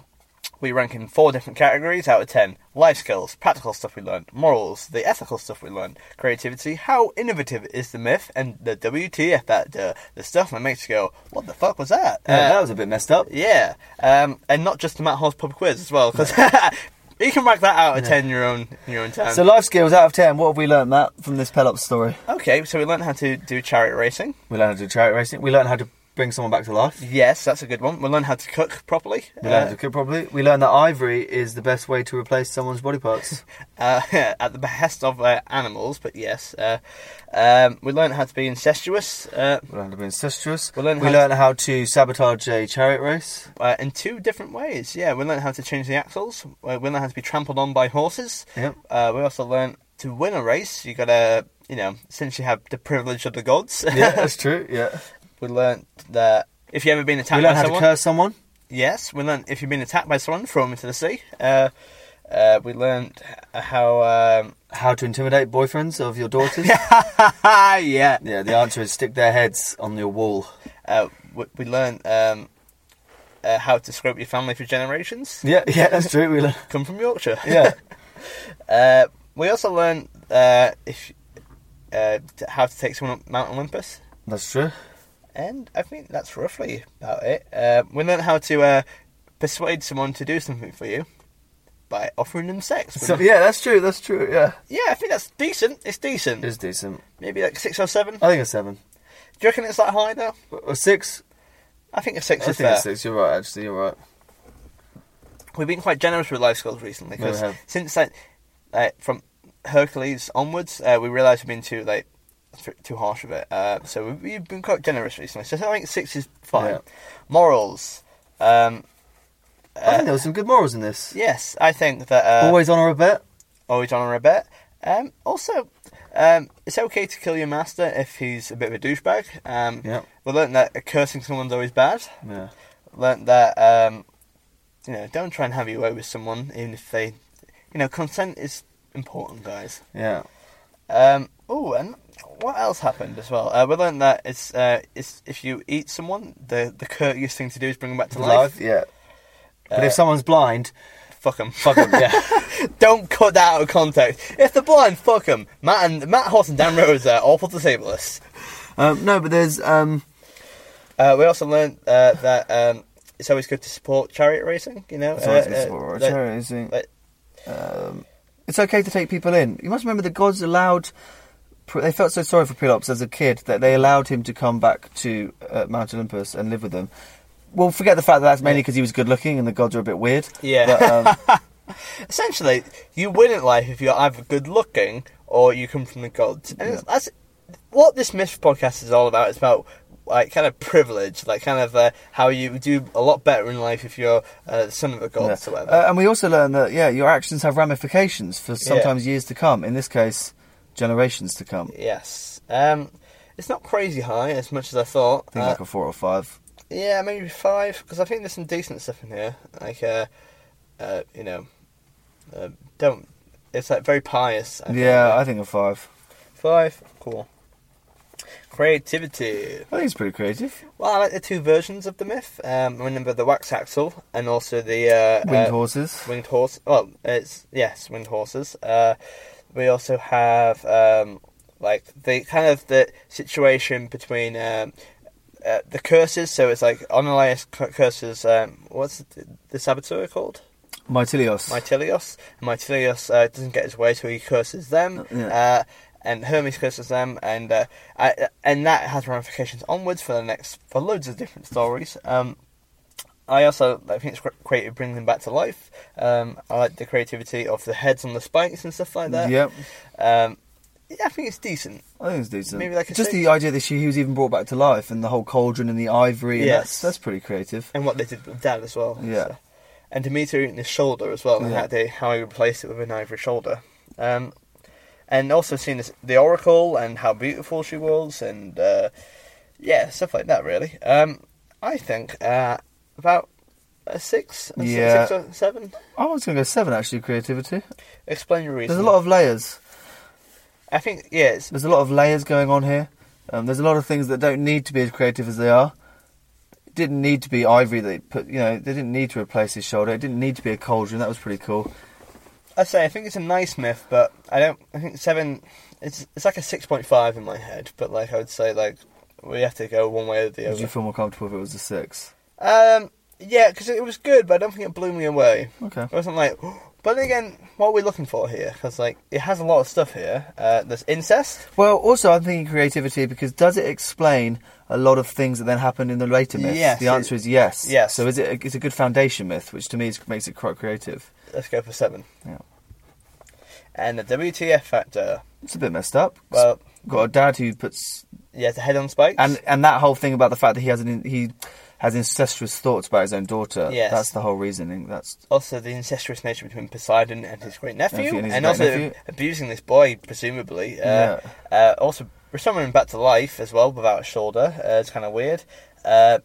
Speaker 1: we rank in four different categories out of ten: life skills, practical stuff we learned, morals, the ethical stuff we learned, creativity, how innovative is the myth, and the WTF that uh, the stuff that makes you go, what the fuck was that?
Speaker 2: Yeah,
Speaker 1: Uh,
Speaker 2: that was a bit messed up.
Speaker 1: yeah, um, and not just the Matt Horse pub quiz as well because. <laughs> You can rank that out of ten your own your own time.
Speaker 2: So life skills out of ten. What have we learned, Matt, from this Pelops story?
Speaker 1: okay, so we learned how to do chariot racing.
Speaker 2: We learned how to do chariot racing. We learned how to bring someone back to life.
Speaker 1: Yes, that's a good one. We'll learn how to cook properly.
Speaker 2: We learned
Speaker 1: Uh,
Speaker 2: to cook properly. We learned that ivory is the best way to replace someone's body <laughs> parts.
Speaker 1: <laughs> uh, at the behest of uh, animals, but yes. Uh, um, we learn how to be incestuous uh,
Speaker 2: we learned to be incestuous.
Speaker 1: We learned
Speaker 2: we
Speaker 1: how
Speaker 2: learned how to sabotage a chariot race.
Speaker 1: uh, in two different ways. Yeah, we learn how to change the axles. Uh, we learn how to be trampled on by horses.
Speaker 2: Yep.
Speaker 1: Uh, we also learn to win a race. You gotta, you know, since you have the privilege of the gods.
Speaker 2: <laughs> Yeah, that's true. Yeah.
Speaker 1: <laughs> we learned that if you've ever been attacked
Speaker 2: We learned
Speaker 1: by
Speaker 2: how
Speaker 1: someone,
Speaker 2: to curse someone.
Speaker 1: yes, we learned if you've been attacked by someone, throw them into the sea. Uh, uh, we learned how. Um, <laughs>
Speaker 2: How to intimidate boyfriends of your <laughs> daughters.
Speaker 1: yeah.
Speaker 2: yeah, the answer is stick their heads on your wall.
Speaker 1: Uh, we, we learned um, uh, how to scrape your family for generations.
Speaker 2: Yeah, <laughs> yeah, that's true. We learned.
Speaker 1: Come from Yorkshire.
Speaker 2: Yeah.
Speaker 1: <laughs> Uh, we also learn uh, if uh, t- how to take someone up Mount Olympus,
Speaker 2: That's true.
Speaker 1: and I think that's roughly about it. Uh, we learn how to uh, persuade someone to do something for you by offering them sex.
Speaker 2: So, yeah, that's true. That's true. Yeah,
Speaker 1: yeah, I think that's decent. It's decent.
Speaker 2: it is decent.
Speaker 1: Maybe like six or seven. Do
Speaker 2: I think a seven
Speaker 1: you reckon it's that high though?
Speaker 2: or six.
Speaker 1: I think a six
Speaker 2: I
Speaker 1: is
Speaker 2: think
Speaker 1: fair.
Speaker 2: it's six. You're right. Actually, you're right.
Speaker 1: We've been quite generous with life skills recently
Speaker 2: Yeah, we
Speaker 1: because
Speaker 2: have.
Speaker 1: since like uh, from Hercules onwards, uh, we realised we've been too like th- too harsh with it. Uh, so we've, we've been quite generous recently. So I think six is fine.
Speaker 2: Yeah.
Speaker 1: Morals. Um, uh,
Speaker 2: I think there were some good morals in this.
Speaker 1: yes, I think that uh, always
Speaker 2: Always honour a bet.
Speaker 1: always honour a bet. Um, also, um, it's okay to kill your master if he's a bit of a douchebag. Um,
Speaker 2: Yeah.
Speaker 1: We learned that cursing someone's always bad.
Speaker 2: Yeah.
Speaker 1: learnt that um, you know don't try and have your way with someone even if they you know consent is important guys
Speaker 2: Yeah.
Speaker 1: um, oh and what else happened as well uh, we learned that it's, uh, it's if you eat someone the, the courteous thing to do is bring them back to life,
Speaker 2: Yeah. But
Speaker 1: Uh,
Speaker 2: if someone's blind,
Speaker 1: fuck them
Speaker 2: fuck 'em, <laughs> Yeah.
Speaker 1: <laughs> don't cut that out of context if they're blind fuck them Matt and Matt Horse and Dan Rose are awful disablers
Speaker 2: um, no, but there's um,
Speaker 1: uh, we also learned uh, that um, it's always good to support chariot racing you know
Speaker 2: It's always
Speaker 1: uh,
Speaker 2: good to
Speaker 1: uh,
Speaker 2: support
Speaker 1: that-
Speaker 2: charity, isn't
Speaker 1: that-
Speaker 2: it? Um, it's okay to take people in. You must remember the gods allowed. They felt so sorry for Pelops as a kid that they allowed him to come back to uh, Mount Olympus and live with them. Well, forget the fact that that's mainly because he was good looking and the gods are a bit weird.
Speaker 1: Yeah.
Speaker 2: But, um,
Speaker 1: <laughs> essentially, you win at life if you're either good looking or you come from the gods. And it's that's what this myth podcast is all about. It's about like kind of privilege, like kind of uh, how you do a lot better in life if you're uh, the son of a god
Speaker 2: yeah.
Speaker 1: or whatever.
Speaker 2: Uh, and we also learned that yeah, your actions have ramifications for sometimes years to come. In this case, generations to come.
Speaker 1: yes. Um, it's not crazy high as much as I thought.
Speaker 2: I think
Speaker 1: Uh,
Speaker 2: like a four or five.
Speaker 1: yeah, maybe five because I think there's some decent stuff in here. Like, uh, uh, you know, uh, don't. It's like very pious. I think.
Speaker 2: yeah, I think a five.
Speaker 1: five. Cool. Creativity.
Speaker 2: I think it's pretty creative.
Speaker 1: Well, I like the two versions of the myth. Um, I remember the wax axle and also the uh,
Speaker 2: Winged
Speaker 1: uh,
Speaker 2: horses.
Speaker 1: Winged horse. Well, it's yes, winged horses. Uh, we also have um, like the kind of the situation between um, uh, the curses. So it's like Onelius cu- curses. Um, what's the, the saboteur called?
Speaker 2: Mytilios.
Speaker 1: Mytilios. And Mytilios uh, doesn't get his way, so he curses them.
Speaker 2: Yeah.
Speaker 1: Uh, and Hermes curses them, and uh, I, and that has ramifications onwards for the next for loads of different stories. Um, I also I think it's cr- creative bringing them back to life. Um, I like the creativity of the heads on the spikes and stuff like that.
Speaker 2: Yep.
Speaker 1: Um, yeah, I think it's decent.
Speaker 2: I think it's decent.
Speaker 1: Maybe like a
Speaker 2: just
Speaker 1: six.
Speaker 2: the idea that she, he was even brought back to life, and the whole cauldron and the ivory. and
Speaker 1: Yes.
Speaker 2: that's, that's pretty creative.
Speaker 1: and what they did with Dad as well.
Speaker 2: Yeah.
Speaker 1: So- And Demeter eating his shoulder as well, and
Speaker 2: Yeah.
Speaker 1: how they how he replaced it with an ivory shoulder. Um, and also seeing this, the Oracle and how beautiful she was, and uh, yeah, stuff like that. Really, um, I think uh, about a six, a six-
Speaker 2: Yeah.
Speaker 1: six or seven.
Speaker 2: I was going to go seven actually. Creativity.
Speaker 1: Explain your reason.
Speaker 2: There's a lot of layers.
Speaker 1: I think yeah, it's,
Speaker 2: There's a lot of layers going on here. Um, there's a lot of things that don't need to be as creative as they are. It didn't need to be ivory. They put, you know, they didn't need to replace his shoulder. It didn't need to be a cauldron. That was pretty cool.
Speaker 1: I say I think it's a nice myth, but I don't. I think seven. It's it's like a six point five in my head, but like I would say like we have to go one way or the
Speaker 2: Did you
Speaker 1: other.
Speaker 2: feel more comfortable if it was a six?
Speaker 1: Um, yeah, because it was good, but I don't think it blew me away.
Speaker 2: Okay.
Speaker 1: It wasn't like, <gasps> but then again, what are we looking for here? Because like, it has a lot of stuff here. Uh, there's incest.
Speaker 2: Well, also I'm thinking creativity because does it explain a a lot of things that then happened in the later myths?
Speaker 1: Yes,
Speaker 2: the answer
Speaker 1: it-
Speaker 2: is yes.
Speaker 1: yes.
Speaker 2: So is it? A, it's a good foundation myth, which to me is, makes it quite creative.
Speaker 1: Let's go for seven.
Speaker 2: Yeah.
Speaker 1: And the WTF factor.
Speaker 2: It's a bit messed up.
Speaker 1: Well-
Speaker 2: got a dad who puts
Speaker 1: Yeah, the head on spikes.
Speaker 2: and and that whole thing about the fact that he has an he has incestuous thoughts about his own daughter.
Speaker 1: Yes.
Speaker 2: that's the whole reasoning. That's
Speaker 1: also the incestuous nature between Poseidon and his great nephew,
Speaker 2: Nephew and his
Speaker 1: and, also
Speaker 2: great-nephew.
Speaker 1: abusing this boy, presumably. Uh, uh, also restoring him back to life as well without a shoulder. Uh, it's kind of weird. Uh,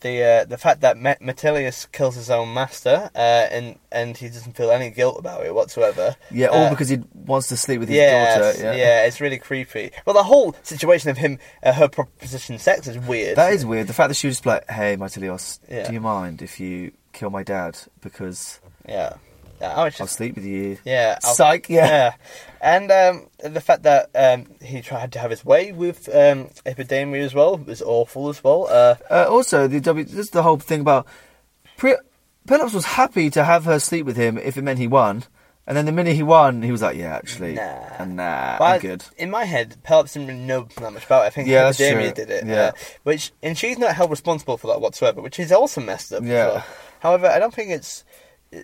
Speaker 1: the uh, the fact that Met- Metilius kills his own master uh, and and he doesn't feel any guilt about it whatsoever.
Speaker 2: yeah, all
Speaker 1: Uh,
Speaker 2: because he wants to sleep with his
Speaker 1: Yes,
Speaker 2: daughter.
Speaker 1: yeah, it's really creepy. Well, the whole situation of him, uh, her proposition sex is weird.
Speaker 2: That is weird. The fact that she was just like, "Hey, Mytilios,
Speaker 1: Yeah.
Speaker 2: do you mind if you kill my dad because
Speaker 1: Yeah. yeah I was
Speaker 2: I'll
Speaker 1: just
Speaker 2: sleep with you?"
Speaker 1: Yeah. I'll-
Speaker 2: Psych. Yeah.
Speaker 1: And um, the fact that um, he tried to have his way with um, Epidemia as well was awful as well. Uh,
Speaker 2: Uh, also, the W. This is the whole thing about Pre- Pelops was happy to have her sleep with him if it meant he won. And then the minute he won, he was like, "Yeah, actually,
Speaker 1: Nah.
Speaker 2: nah,
Speaker 1: but
Speaker 2: I'm good."
Speaker 1: In my head, Pelops didn't really know that much about it. I think
Speaker 2: Yeah, that's
Speaker 1: Epidemia
Speaker 2: true.
Speaker 1: did it.
Speaker 2: Yeah.
Speaker 1: uh, which And she's not held responsible for that whatsoever, which is also messed up. as
Speaker 2: Yeah.
Speaker 1: well. However, I don't think it's.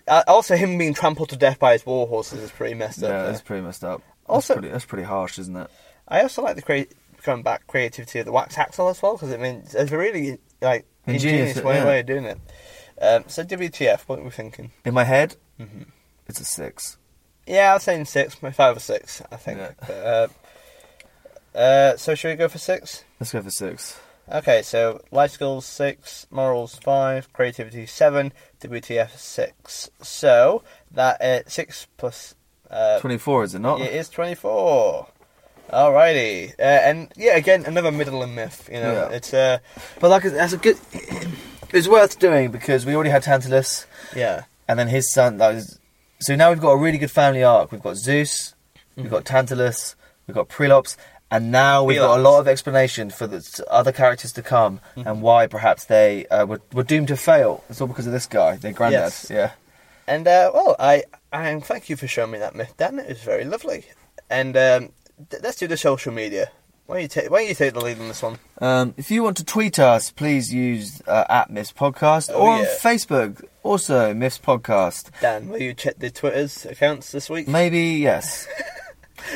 Speaker 1: uh, Also, him being trampled to death by his war horses is pretty messed up.
Speaker 2: yeah,
Speaker 1: uh,
Speaker 2: that's pretty messed up.
Speaker 1: Also-
Speaker 2: that's pretty, that's pretty harsh, isn't it?
Speaker 1: I also like the crea- coming back creativity of the wax axle as well because I mean it's a really like ingenious,
Speaker 2: Ingenious,
Speaker 1: way,
Speaker 2: yeah.
Speaker 1: way of doing it. Um, so WTF? What were we thinking?
Speaker 2: In my head, it's a six.
Speaker 1: Yeah, I was saying six, my five or six, I think.
Speaker 2: Yeah.
Speaker 1: But, uh, uh, so should we go for six?
Speaker 2: Let's go for six.
Speaker 1: Okay, so life skills six, morals five, creativity seven, WTF six. So that uh, six plus uh,
Speaker 2: Twenty-four, is it not?
Speaker 1: It is 24. Alrighty. Uh, and yeah, again, another middle and myth. You know,
Speaker 2: Yeah.
Speaker 1: it's uh,
Speaker 2: But like, that's a good. <clears throat> It's worth doing because we already had Tantalus,
Speaker 1: yeah,
Speaker 2: and then his son. That was, so now we've got a really good family arc. We've got Zeus, we've got Tantalus, we've got Prelops, and now we've got a
Speaker 1: Pelops.
Speaker 2: lot of explanation for the s- other characters to come and why perhaps they uh, were, were doomed to fail. It's all because of this guy, their granddad.
Speaker 1: Yes.
Speaker 2: Yeah.
Speaker 1: and uh, well, I and thank you for showing me that myth, Dan. It was very lovely. And um, th- let's do the social media. Why don't you take Why don't you take the lead on this one?
Speaker 2: Um, if you want to tweet us, please use uh, at Miss Podcast
Speaker 1: Oh,
Speaker 2: or on
Speaker 1: yeah.
Speaker 2: Facebook, also Miss Podcast.
Speaker 1: Dan, will you check the Twitter's accounts this week?
Speaker 2: Maybe yes.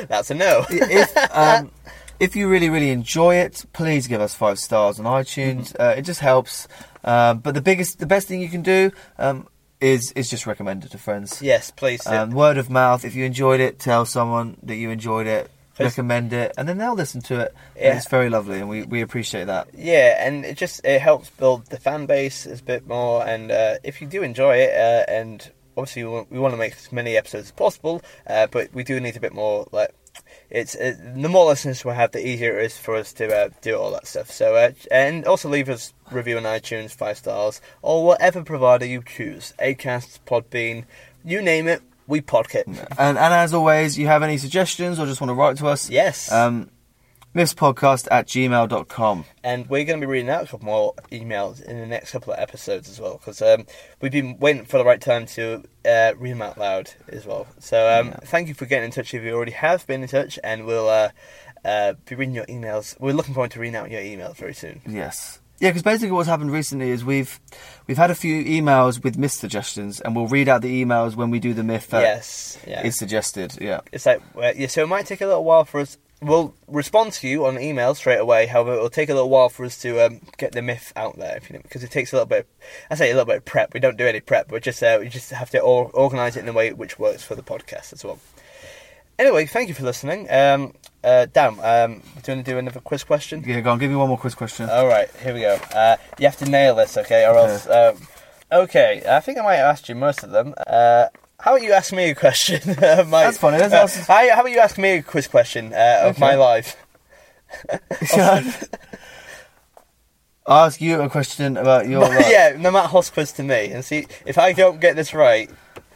Speaker 1: That's a no. <laughs>
Speaker 2: if um, if you really really enjoy it, please give us five stars on iTunes.
Speaker 1: Mm-hmm.
Speaker 2: Uh, it just helps. Um, but the biggest, the best thing you can do um, is is just recommend it to friends.
Speaker 1: yes, please. do.
Speaker 2: Um, word of mouth. If you enjoyed it, tell someone that you enjoyed it.
Speaker 1: Yes.
Speaker 2: Recommend it, and then they'll listen to it. And
Speaker 1: Yeah.
Speaker 2: It's very lovely, and we, we appreciate that.
Speaker 1: yeah, and it just it helps build the fan base a bit more. And uh, if you do enjoy it, uh, and obviously we want, we want to make as many episodes as possible, uh, but we do need a bit more. Like it's uh, the more listeners we have, the easier it is for us to uh, do all that stuff. So uh, and also leave us review on iTunes, five stars, or whatever provider you choose, Acast, Podbean, you name it, we podcast.
Speaker 2: And, and as always, you have any suggestions or just want to write to us?
Speaker 1: Yes.
Speaker 2: Um, mythspodcast at gmail.com.
Speaker 1: and we're going to be reading out a couple more emails in the next couple of episodes as well because um, we've been waiting for the right time to uh, read them out loud as well so um, thank you for getting in touch if you already have been in touch and we'll uh, uh, be reading your emails we're looking forward to reading out your emails very soon
Speaker 2: Yes. Yeah, because basically what's happened recently is we've we've had a few emails with myth suggestions, and we'll read out the emails when we do the myth that is
Speaker 1: yes yeah. it's,
Speaker 2: suggested. Yeah.
Speaker 1: like uh, yeah so it might take a little while for us we'll respond to you on email straight away however it'll take a little while for us to um, get the myth out there if you know, because it takes a little bit i say a little bit of prep we don't do any prep we just uh, we just have to or- organize it in a way which works for the podcast as well anyway thank you for listening um, uh, damn um, do you want to do another quiz question
Speaker 2: Yeah, go on. Give me one more quiz question. <laughs>
Speaker 1: all right, here we go. Uh, you have to nail this, okay, or else. Um, okay, I think I might have asked you most of them. Uh, how about you ask me a question? <laughs> of my,
Speaker 2: That's funny, that's
Speaker 1: uh,
Speaker 2: awesome.
Speaker 1: how, how about you ask me a quiz question uh, of
Speaker 2: Okay.
Speaker 1: my life?
Speaker 2: I'll ask you a question about your. life.
Speaker 1: <laughs> yeah, no matter horse quiz to me, and see if I don't get this right.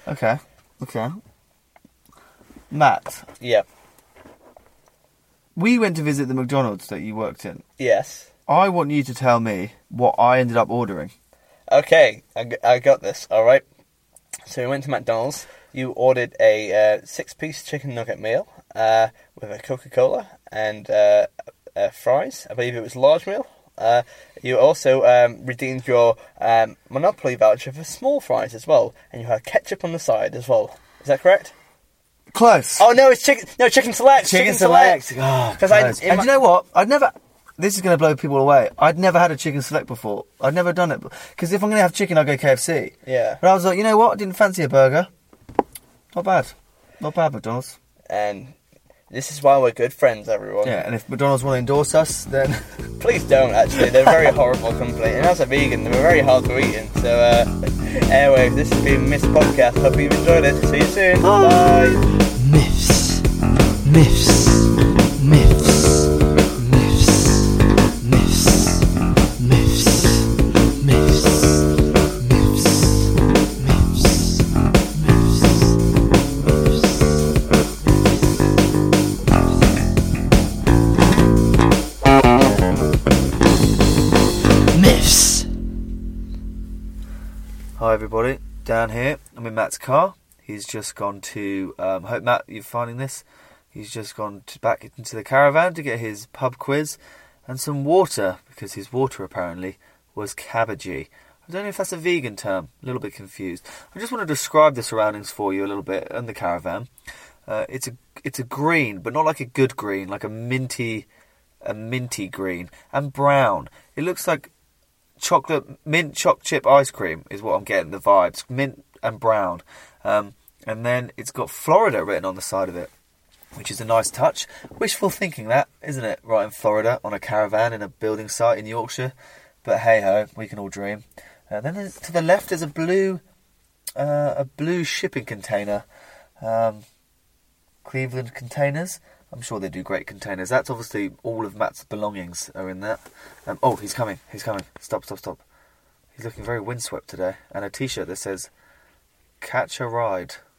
Speaker 2: Okay. Okay. Matt,
Speaker 1: Yeah.
Speaker 2: we went to visit the McDonald's that you worked in.
Speaker 1: Yes.
Speaker 2: I want you to tell me what I ended up ordering.
Speaker 1: Okay, I, g- I got this. All right. So we went to McDonald's. You ordered a uh, six-piece chicken nugget meal uh, with a Coca-Cola and uh, uh, fries. I believe it was large meal. Uh, you also um, redeemed your um, Monopoly voucher for small fries as well, and you had ketchup on the side as well. Is that correct?
Speaker 2: Close.
Speaker 1: Oh no, it's chicken. No, chicken select.
Speaker 2: Chicken select. Oh,
Speaker 1: Because I,
Speaker 2: Close.
Speaker 1: in
Speaker 2: and
Speaker 1: my-
Speaker 2: you know what? I'd never. This is going to blow people away. I'd never had a chicken select before. I'd never done it because if I'm going to have chicken, I go KFC.
Speaker 1: Yeah.
Speaker 2: But I was like, you know what? I didn't fancy a burger. Not bad. Not bad, McDonald's.
Speaker 1: and this is why we're good friends, everyone.
Speaker 2: Yeah. And if McDonald's want to endorse us, then <laughs>
Speaker 1: Please don't, actually. They're a very horrible company. And as a vegan, they're very hard to eat in. So, uh, anyway, this has been Miss Podcast. Hope you've enjoyed it. See you soon. Bye.
Speaker 3: myths, myths, myths, myths, myths, myths, myths, myths, myths, myths, myths. Myths.
Speaker 2: hi everybody. Down here, I'm in Matt's car. He's just gone to. Um, hope Matt, you're finding this. He's just gone to back into the caravan to get his pub quiz and some water because his water apparently was cabbagey. I don't know if that's a vegan term. A little bit confused. I just want to describe the surroundings for you a little bit and the caravan. Uh, it's a it's a green, but not like a good green, like a minty, a minty green and brown. It looks like chocolate mint choc chip ice cream is what I'm getting the vibes. Mint and brown, um, and then it's got Florida written on the side of it, which is a nice touch. Wishful thinking, that isn't it? Right in Florida on a caravan in a building site in Yorkshire, but hey ho, we can all dream. And then there's- to the left is a blue, uh, a blue shipping container. Um, Cleveland containers. I'm sure they do great containers. That's obviously all of Matt's belongings are in that. Um, oh, he's coming. He's coming. Stop, stop, stop. He's looking very windswept today. And a t shirt that says, Catch a Ride.